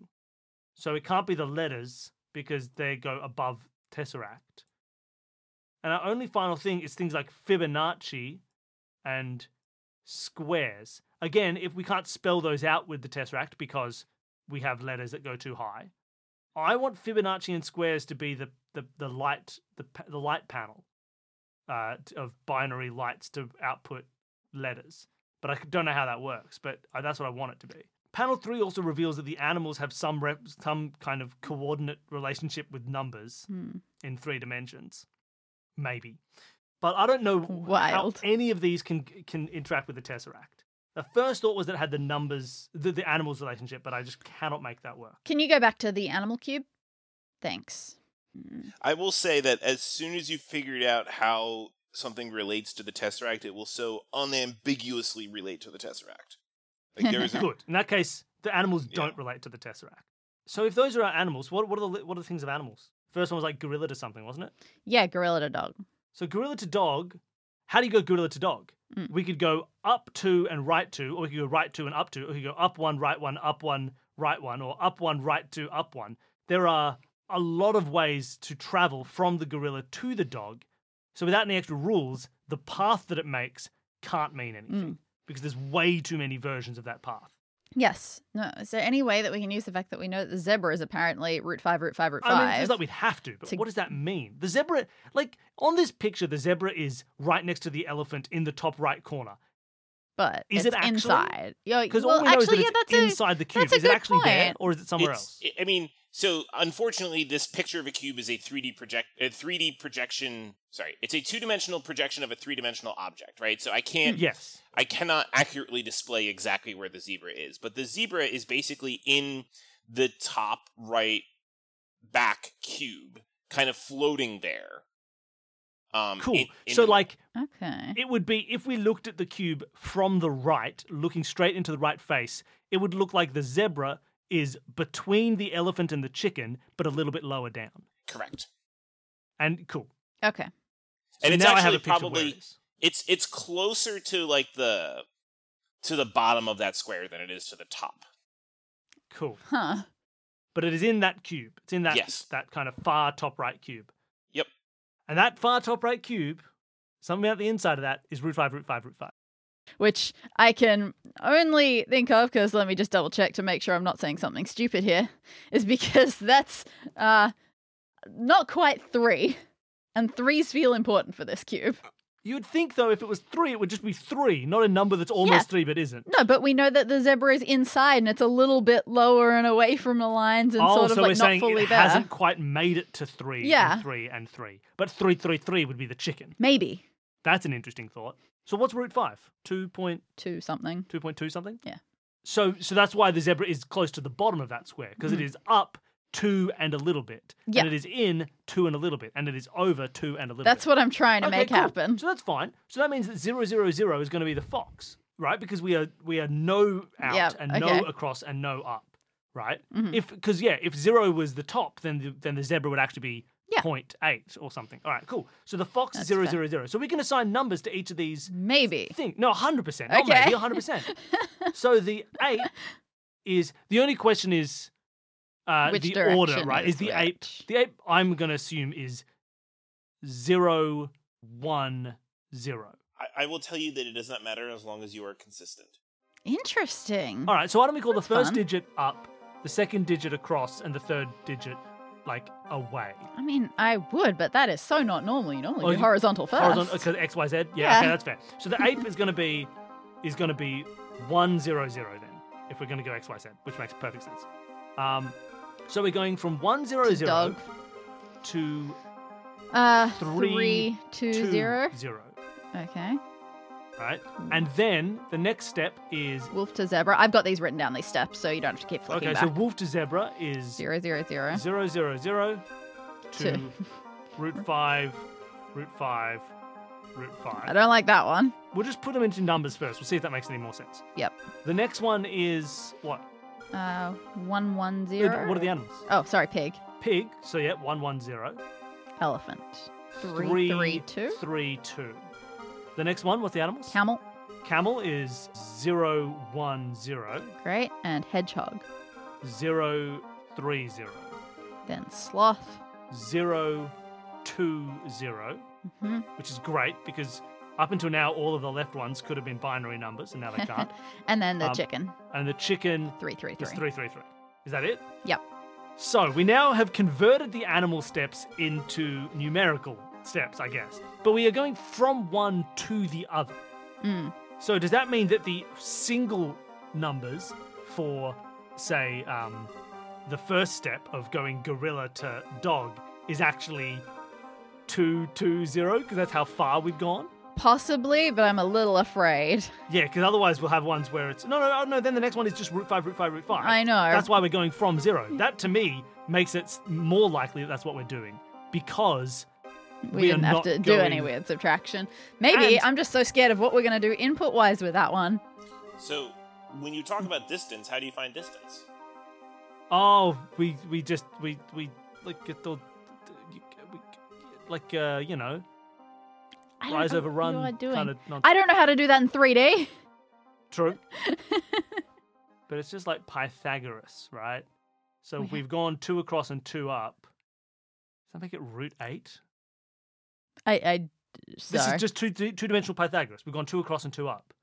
So it can't be the letters because they go above tesseract. And our only final thing is things like Fibonacci and squares. Again, if we can't spell those out with the tesseract because we have letters that go too high, I want Fibonacci and squares to be the the, the light the pa- the light panel uh, t- of binary lights to output letters. But I c- don't know how that works. But uh, that's what I want it to be. Panel three also reveals that the animals have some rep- some kind of coordinate relationship with numbers
Hmm.
in three dimensions, maybe. But I don't know
Wild.
how any of these can can interact with the tesseract. The first thought was that it had the numbers, the, the animals relationship, but I just cannot make that work.
Can you go back to the animal cube? Thanks. Hmm.
I will say that as soon as you figured out how something relates to the Tesseract, it will so unambiguously relate to the Tesseract. Like there is a,
Good. In that case, the animals
Yeah.
don't relate to the tesseract. So if those are our animals, what what are the li- what are the things of animals? First one was like gorilla to something, wasn't it?
Yeah, gorilla to dog.
So gorilla to dog. How do you go gorilla to dog?
Mm.
We could go up two and right two, or we could go right two and up two, or we could go up one, right one, up one, right one, or up one, right two, up one. There are a lot of ways to travel from the gorilla to the dog. So without any extra rules, the path that it makes can't mean
Hmm.
anything because there's way too many versions of that path.
Yes. No. Is there any way that we can use the fact that we know that the zebra is apparently root five, root five, root five?
I mean, it feels like we'd have to, but
to-
what does that mean? The zebra, like on this picture, the zebra is right next to the elephant in the top right corner.
but
Is
it's
it actually?
inside. Yeah.
Because
well,
all we know
actually,
is that it's
yeah, that's
inside the cube.
that's a
Is it
good
actually there,
point.
or is it somewhere
it's-
else?
I- I mean, so unfortunately, this picture of a cube is a 3D project, a 3D projection. Sorry, it's a two-dimensional projection of a three-dimensional object, right? So I can't,
yes.
I cannot accurately display exactly where the zebra is, but the zebra is basically in the top right back cube, kind of floating there. Um,
Cool.
in- in
so,
the-
like,
a okay.
it would be if we looked at the cube from the right, looking straight into the right face, it would look like the zebra is between the elephant and the chicken, but a little bit lower down.
correct,
And cool.
Okay.
So
and it's
now
actually
I have a picture of where
probably
it is.
it's it's closer to like the to the bottom of that square than it is to the top.
Cool.
Huh.
but it is in that cube. It's in that
Yes.
that kind of far top right cube.
Yep.
And that far top right cube, something about the inside of that is root five, root five, root five.
which I can only think of because let me just double check to make sure I'm not saying something stupid here, is because that's uh, not quite three. And threes feel important for this cube.
You would think though, if it was three, it would just be three, not a number that's almost three but isn't.
No, but we know that the zebra is inside and it's a little bit lower and away from the lines and
oh,
sort of
so
like
we're
not
saying
fully
it
there.
hasn't quite made it to three.
Yeah.
And three and three, but three, three, three would be the chicken.
Maybe
That's an interesting thought. So what's root five? Two point
two something.
two point two something.
Yeah.
So so that's why the zebra is close to the bottom of that square because
Mhm.
is up two and a little bit,
Yeah.
and it is in two and a little bit, and it is over two and a little.
That's
bit.
what I'm trying to
Okay,
make
cool.
happen.
So that's fine. So that means that zero zero zero is going to be the fox, right? Because we are we are no out
Yeah,
and
okay.
no across and no up, right?
Mhm.
If because yeah, if zero was the top, then the, then the zebra would actually be
Yeah.
point eight 0.8 or something. All right, cool. So the fox is
That's
zero
fair.
zero zero. So we can assign numbers to each of these
Maybe.
think no 100% not
Okay.
maybe 100% so the 8 is the only question is uh,
Which
the
direction
order right
is
is the 8
which?
the 8 i'm going to assume is zero, one, zero.
I, I will tell you that it does not matter as long as you are consistent.
Interesting.
all right so why don't we call
That's
the first
fun.
digit up the second digit across and the third digit like away
I mean, I would, but that is so not normal. You normally
Oh,
do
you-
horizontal first.
horizontal because xyz yeah,
Yeah.
okay that's fair so the ape is going to be is going to be 100 then if we're going to go xyz which makes perfect sense um so we're going from 100
To dog.
to
Uh,
Three,
three, two, zero.
20
Okay.
right and then the next step is
Wolf to zebra. I've got these written down these steps, so you don't have to keep flicking
okay so
back.
wolf to zebra is
zero, zero, zero.
zero zero zero to
Two.
root 5 root 5 root 5
I don't like that one.
we'll just put them into numbers first we'll see if that makes any more sense
Yep.
the next one is what
Uh, one, one,
No,
zero.
but what are the animals
Oh, sorry, pig.
pig. So yeah, one one zero.
Elephant. Three,
Three
three, two.
three, two. The next one, what's the animals?
Camel.
Camel is zero one zero
Great. And hedgehog.
zero three zero
Then sloth.
zero two zero,
hmm
which is great because up until now all of the left ones could have been binary numbers and now they can't.
And then the
Um,
chicken.
and the chicken
Three, three, three.
is three three three. Is that it?
Yep.
So we now have converted the animal steps into numerical steps, I guess. But we are going from one to the other.
Mm.
So does that mean that the single numbers for, say, um, the first step of going gorilla to dog is actually two two zero because that's how far we've gone.
Possibly, but I'm a little afraid.
Yeah, because otherwise we'll have ones where it's no, no, no, no. Then the next one is just root five, root five, root five.
I know.
That's why we're going from zero. That to me makes it s- more likely that that's what we're doing because
We,
we are
didn't have
not
to do any
going-
weird subtraction. Maybe
And-
I'm just so scared of what we're going to do input wise with that one.
So when you talk about distance, how do you find distance?
oh, we we just we we like get the we, like uh you know
I don't
rise
know
over
what
run
you are doing.
kind of not
I don't know how to do that in 3D.
true, but it's just like Pythagoras, right? So
We have-
we've gone two across and two up. Does that make it root eight?
I, I sorry.
This is just two two dimensional Pythagoras. We've gone two across and two up.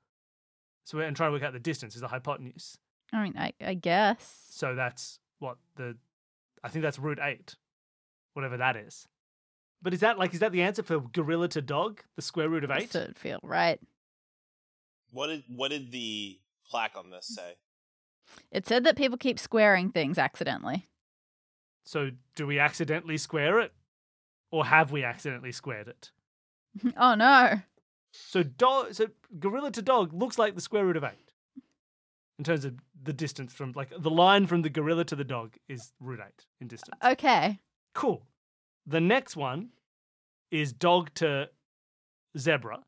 So we're and trying to work out the distance is the hypotenuse.
I mean, I, I guess.
So that's what the I think that's root eight, whatever that is. But is that like is that the answer for gorilla to dog? The square root of eight?
Does it feel right?
What did what did the plaque on this say?
It said that people keep squaring things accidentally.
So do we accidentally square it? Or have we accidentally squared it?
oh no.
So dog so gorilla to dog looks like the square root of eight. In terms of the distance from like the line from the gorilla to the dog is root eight in distance.
Okay.
Cool. The next one is dog to zebra.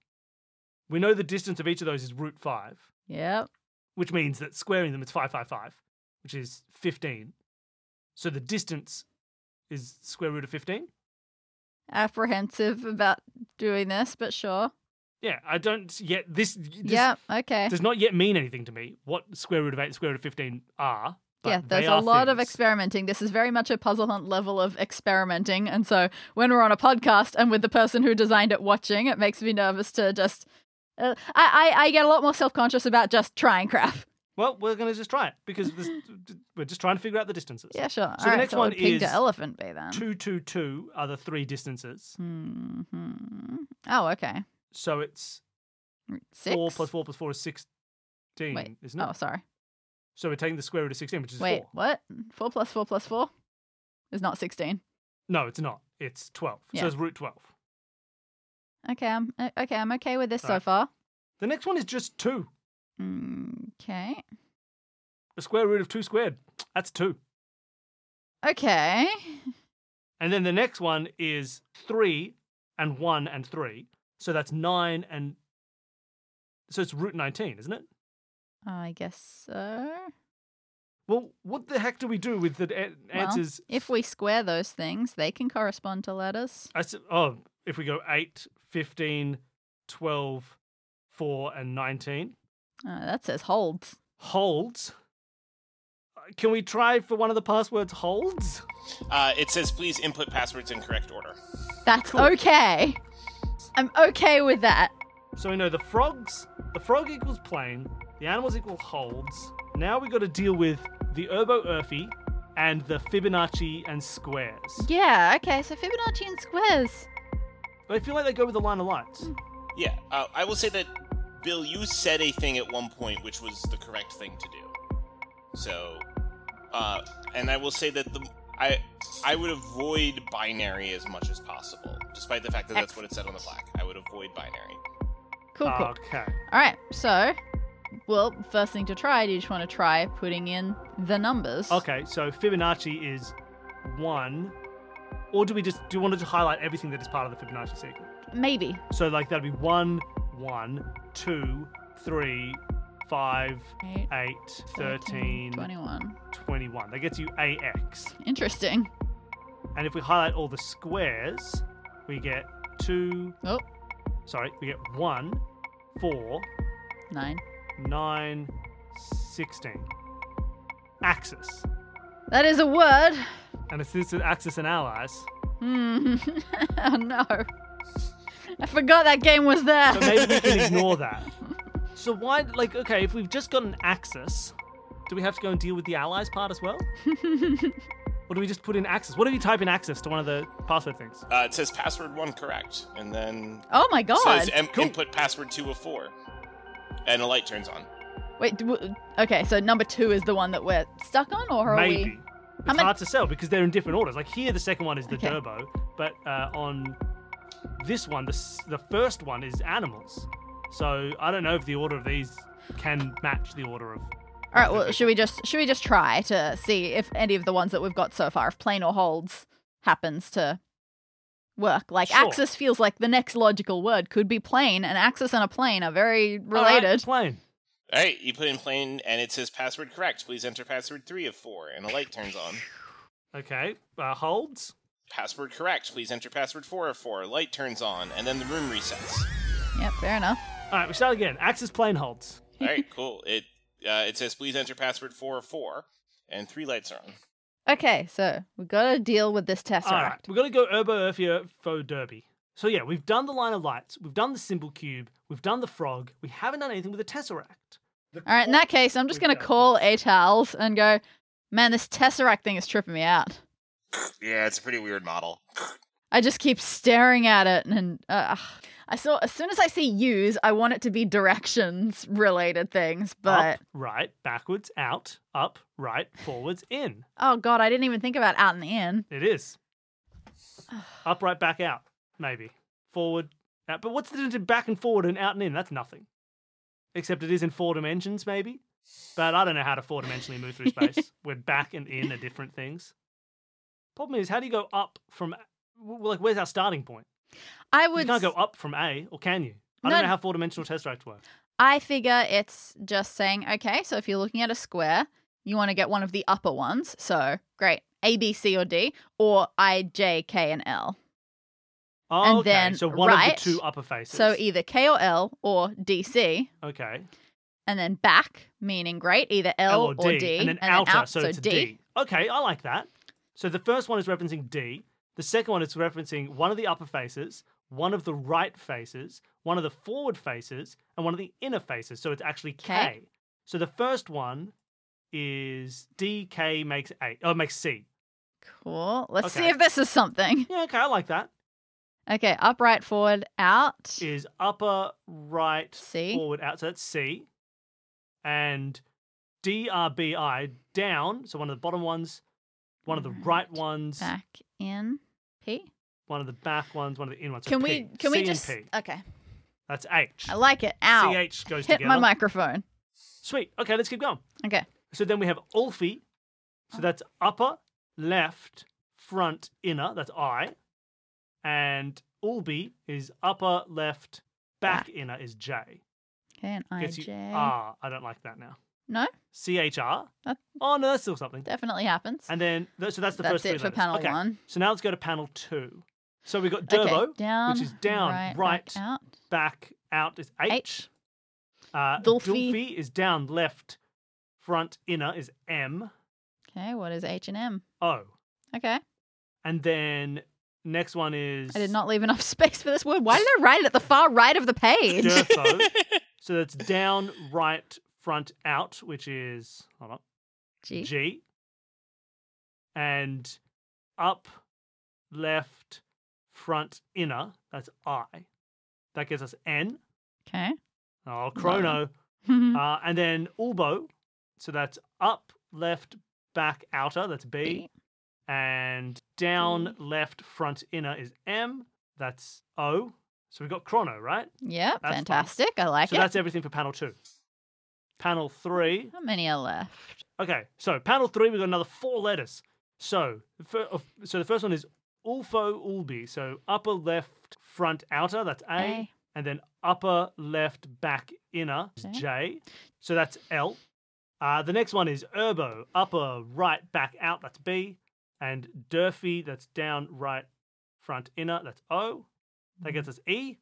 We know the distance of each of those is root five,
Yep.
which means that squaring them is five five five, which is fifteen. So the distance is square root of fifteen.
Apprehensive about doing this, but sure.
Yeah, I don't yet. This, this
yep. Okay.
does not yet mean anything to me. What square root of eight, and square root of fifteen are? But
yeah,
they
there's a
are
lot of
things.
experimenting. This is very much a puzzle hunt level of experimenting. And so when we're on a podcast and with the person who designed it watching, it makes me nervous to just. Uh, I, I, I get a lot more self conscious about just trying crap.
Well, we're going to just try it because this, we're just trying to figure out the distances.
Yeah, sure. All
the
right,
next
so it would
one
pig to
is
elephant be then.
Two, two, two are the three distances.
hmm Oh, okay.
So it's
Six.
four plus four plus four is sixteen,
Wait.
isn't it?
Oh, sorry.
So we're taking the square root of sixteen, which is
Wait,
four.
what? Four plus four plus four is not sixteen.
No, it's not. It's twelve.
Yeah.
So it's root twelve.
Okay, I'm uh, okay. I'm okay with this so
Alright.
far. Mm,
The next one is just two.
Okay.
The square root of two squared. That's two.
Okay.
And then the next one is three and one and three. So that's nine and so it's root nineteen, isn't it?
I guess so.
Well, what the heck do we do with the a- answers?
If we square those things, they can correspond to letters.
I s- oh, if we go 8, 15, 12, 4, and 19
Uh, that says holds.
holds. Uh, Can we try for one of the passwords holds?
Uh, it says please input passwords in correct order.
That's
Cool.
okay. I'm okay with that.
So we know the frogs, the frog equals plane, the animals equal holds. Now we got to deal with the Erbo Urfi and the Fibonacci and squares.
Yeah. Okay. So Fibonacci and squares.
I feel like they go with the line of lights.
Yeah, uh, I will say that, Bill, you said a thing at one point which was the correct thing to do. So, uh, and I will say that the I I would avoid binary as much as possible, despite the fact that that's what it said on the plaque. I would avoid binary.
Cool. Cool.
Okay.
All right, so, well, first thing to try, do you just want to try putting in the numbers?
Okay, so Fibonacci is 1. Or do we just do you want to highlight everything that is part of the Fibonacci sequence?
Maybe.
So like that'd be one, one, two, three, five,
Eight,
eight,
13,
thirteen,
21.
twenty-one. That gets you AX.
Interesting.
And if we highlight all the squares, we get two,
Oh,
sorry, we get one, four,
nine.
nine, sixteen. Axis.
That is a word.
And it's this is Axis and Allies.
Hmm. oh, no. I forgot that game was there.
So maybe we can ignore that. So why, like, okay, if we've just got an axis, do we have to go and deal with the allies part as well? Or do we just put in access? What if you type in access to one of the password things?
Uh, it says password one correct, and then
oh, my
it
God.
says em-
Cool.
input password two of four, and a light turns on.
Wait, d- w- okay, so number two is the one that we're stuck on, or are
Maybe.
we?
It's
I'm an-
hard to sell because they're in different orders. Like here, the second one is the
Okay.
Durbo, but uh, on this one, the, s- the first one is animals. So I don't know if the order of these can match the order of.
All right. Well, should we just should we just try to see if any of the ones that we've got so far, if plain or holds, happens to work? Like
Sure.
axis feels like the next logical word could be plane, and axis and a plane are very
All right,
related.
plane.
All right, you put in plain, and it says password correct. Please enter password three of four, and a light turns on.
Okay. Uh, holds.
Password correct. Please enter password four of four. Light turns on, and then the room resets.
Yep. Fair enough.
All right, we start again. Axis plane holds.
All right, cool. It uh, it says please enter password four of four, and three lights are on.
Okay. So we got to deal with this tesseract.
All right, we're gonna go Urbo Urfia Faux Derby. So yeah, we've done the line of lights, we've done the symbol cube, we've done the frog, we haven't done anything with the tesseract.
All right. In that case, I'm just
We've
gonna
got
call Atals and go. Man, this tesseract thing is tripping me out.
Yeah,
It's a pretty weird model.
I just keep staring at it, and uh, I saw as soon as I see U's, I want it to be directions related things. But
up, right, backwards, out, up, right, forwards, in.
oh god, I didn't even think about out and in.
It is up, right, back, out, maybe forward. Out. But what's the difference between back and forward and out and in? That's nothing, except it is in four dimensions, maybe. But I don't know how to four dimensionally move through space when back and in are different things. Problem is, how do you go up from? w- Like, where's our starting point?
I
You
would.
can't go up from A, or can you? I
No.
don't know how four dimensional tesseract work.
I figure it's just saying okay. So if you're looking at a square, you want to get one of the upper ones. So great, A, B, C, or D, or I, J, K, and L.
Oh,
And
okay.
then
so one
right. e
of the two upper faces.
So either K or L or D, C.
okay.
and then back, meaning great, either L,
L or D, and then outer,
out,
so, it's a D. Okay, I like that. So the first one is referencing D. The second one is referencing one of the upper faces, one of the right faces, one of the forward faces, and one of the inner faces. So it's actually K.
Okay.
So the first one is D K makes eight. Oh, makes C.
Cool. Let's see
Okay.
if this is something.
Yeah, okay, I like that.
Okay, upright, forward, out.
Is upper right
C.
forward out. So that's C. And DRBI down. So one of the bottom ones, one of the right
Right.
ones,
Back in P.
one of the back ones, one of the in ones. So
Can
P.
we can we
C and
just
P.
Okay.
That's H.
I like it. Ow.
CH goes
Hit
together.
my microphone.
Sweet. Okay, let's keep going.
Okay.
So then we have Ulfi. So
Oh.
that's upper, left, front, inner. That's I. And Ulbi is upper, left, back, inner is J.
Okay, and
Gets you
IJ.
R. I don't like that now.
No?
CHR.
That-
Oh, no, that's still something.
Definitely happens.
And then, th- so that's the
That's
first three
it for
letters.
panel
okay.
one.
So now let's go to panel two. So we've got Derbo,
okay, down,
is down,
right,
right,
back out.
back, out is H.
H.
Uh,
Dulphy.
Dulphy is down, left, front, inner is M.
Okay, what is H and M?
O.
Okay,
And then next one is
I did not leave enough space for this word. Why did I write it at the far right of the page?
Derfo. so that's down, right, front, out, which is hold on,
G.
G. And up, left, front, inner. That's I. That gives us N.
Okay.
Oh, chrono.
Mm-hmm.
Uh, and then Ulbo. So that's up, left, back, outer. That's B.
B.
And down, left, front, inner is M. That's O. So we've got chrono, right?
Yep,
fun.
fantastic. I like
so
it.
that's everything for panel two. Panel three.
How many are left?
Okay, so panel three, we've got another four letters. So, the fir- of- so the first one is Ulfo Ulbi. So upper left front outer, that's A,
A.
and then upper left back inner is
Okay.
J. So that's L. Uh, the next one is Erbo, upper right back out, that's B, and Durfy, that's down right front inner, that's O. That gets us E.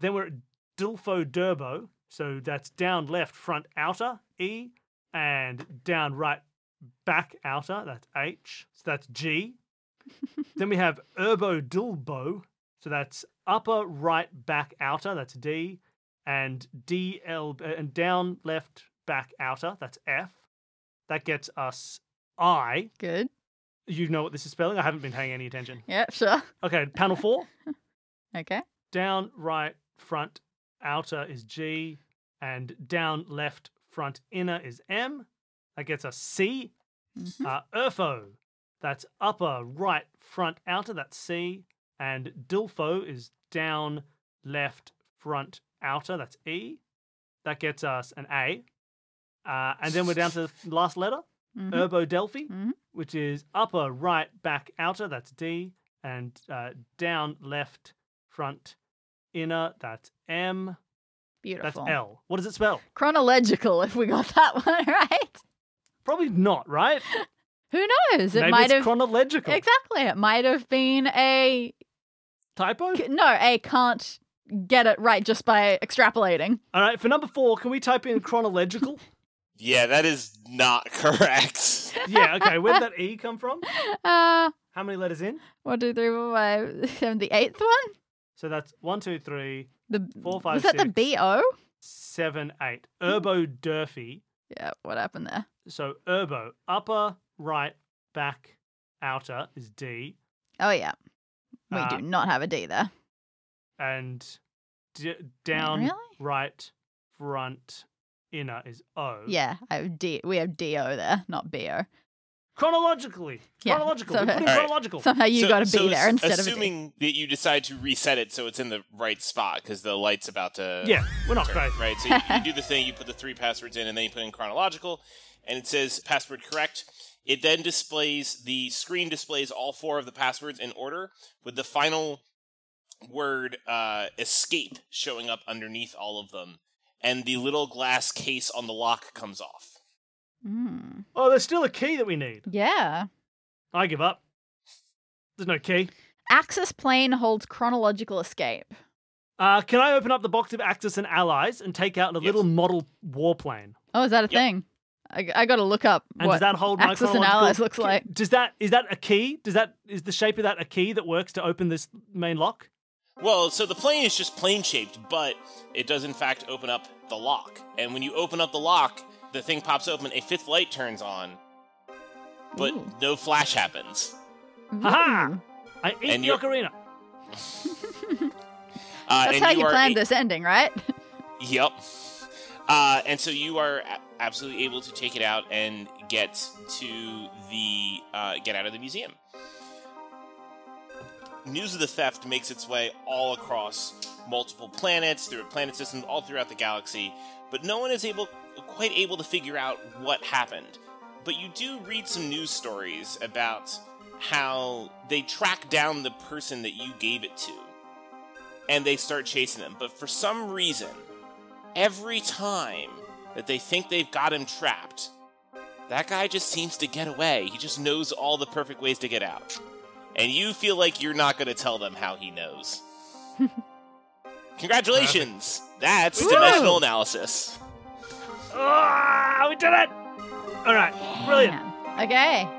Then we're at Dilfo Durbo. So that's down left front outer E and down right back outer. That's H. So that's G. then we have Erbo Dilbo. So that's upper right back outer. That's D. And DL uh, and down left back outer. That's F. That gets us I.
Good.
You know what this is spelling. I haven't been paying any attention.
Yep, sure.
Okay, panel four.
Okay.
down right front outer is G, and down left front inner is M. That gets us C.
Mhm.
Uh, Urfo, that's upper right front outer, that's C, and Dilfo is down left front outer, that's E. That gets us an A. Uh, and then we're down to the last letter,
Mhm.
Erbo Delphi,
Mhm.
which is upper, right, back, outer, that's D, and uh, down, left, front, inner, that's M,
Beautiful.
that's L. What does it spell?
Chronological, if we got that one right.
Probably not, right?
Who knows? It
Maybe
might
it's
have
chronological.
exactly. It might have been a
Typo?
c- no. A can't get it right just by extrapolating.
All right, for number four, can we type in chronological?
Yeah, that is not correct.
yeah, okay. Where'd that E come from?
Uh,
How many letters in?
one, two, three, four, five, seven, the eighth one.
So that's one, two, three,
The
Four, five,
was that the
six.
B O?
seven, eight. Erbo Durfee.
Yeah. What happened there?
So Erbo, upper, right, back, outer is D.
Oh yeah. We
Uh,
do not have a D there.
and d- down
Really?
right front inner is O.
Yeah, I have D. We have D O there, not B O.
Chronologically.
Yeah,
Chronological.
so-
we put in
All right.
chronological.
Somehow you
So-
got a B
so
there
ass-
instead of
assuming that you decide to reset it so it's in the right spot because the light's about to
yeah, we're not
turn,
crazy.
right? So you, you do the thing, you put the three passwords in, and then you put in chronological, and it says password correct. It then displays the screen displays all four of the passwords in order, with the final word uh, escape showing up underneath all of them, and the little glass case on the lock comes off.
a. Mm.
Oh, there's still a key that we need.
Yeah.
I give up. There's no key.
Axis plane holds chronological escape.
Uh, can I open up the box of Axis and Allies and take out a
Yes.
little model warplane?
Oh, is that a
Yep.
thing? I, I got to look up
And
what
does that hold my
Axis and
chronological-
Allies looks like.
Does that is that a key? Does that is the shape of that a key that works to open this main lock?
Well, so the plane is just plane shaped, but it does in fact open up the lock. And when you open up the lock, the thing pops open, a fifth light turns on, but
Ooh.
no flash happens.
Ha ha! I eat
And
the
you're-
ocarina.
Uh,
That's
and
how you,
are
planned
a-
this ending, right?
Yep. Uh, and so you are a- absolutely able to take it out and get to the uh, get out of the museum. News of the theft makes its way all across multiple planets, through planet systems, all throughout the galaxy, but no one is able quite able to figure out what happened. But you do read some news stories about how they track down the person that you gave it to and they start chasing them. But for some reason, every time that they think they've got him trapped, that guy just seems to get away. He just knows all the perfect ways to get out. And you feel like you're not going to tell them how he knows. Congratulations! That's
Woo!
dimensional analysis.
Ah, we did it! All right, brilliant.
Damn. Okay.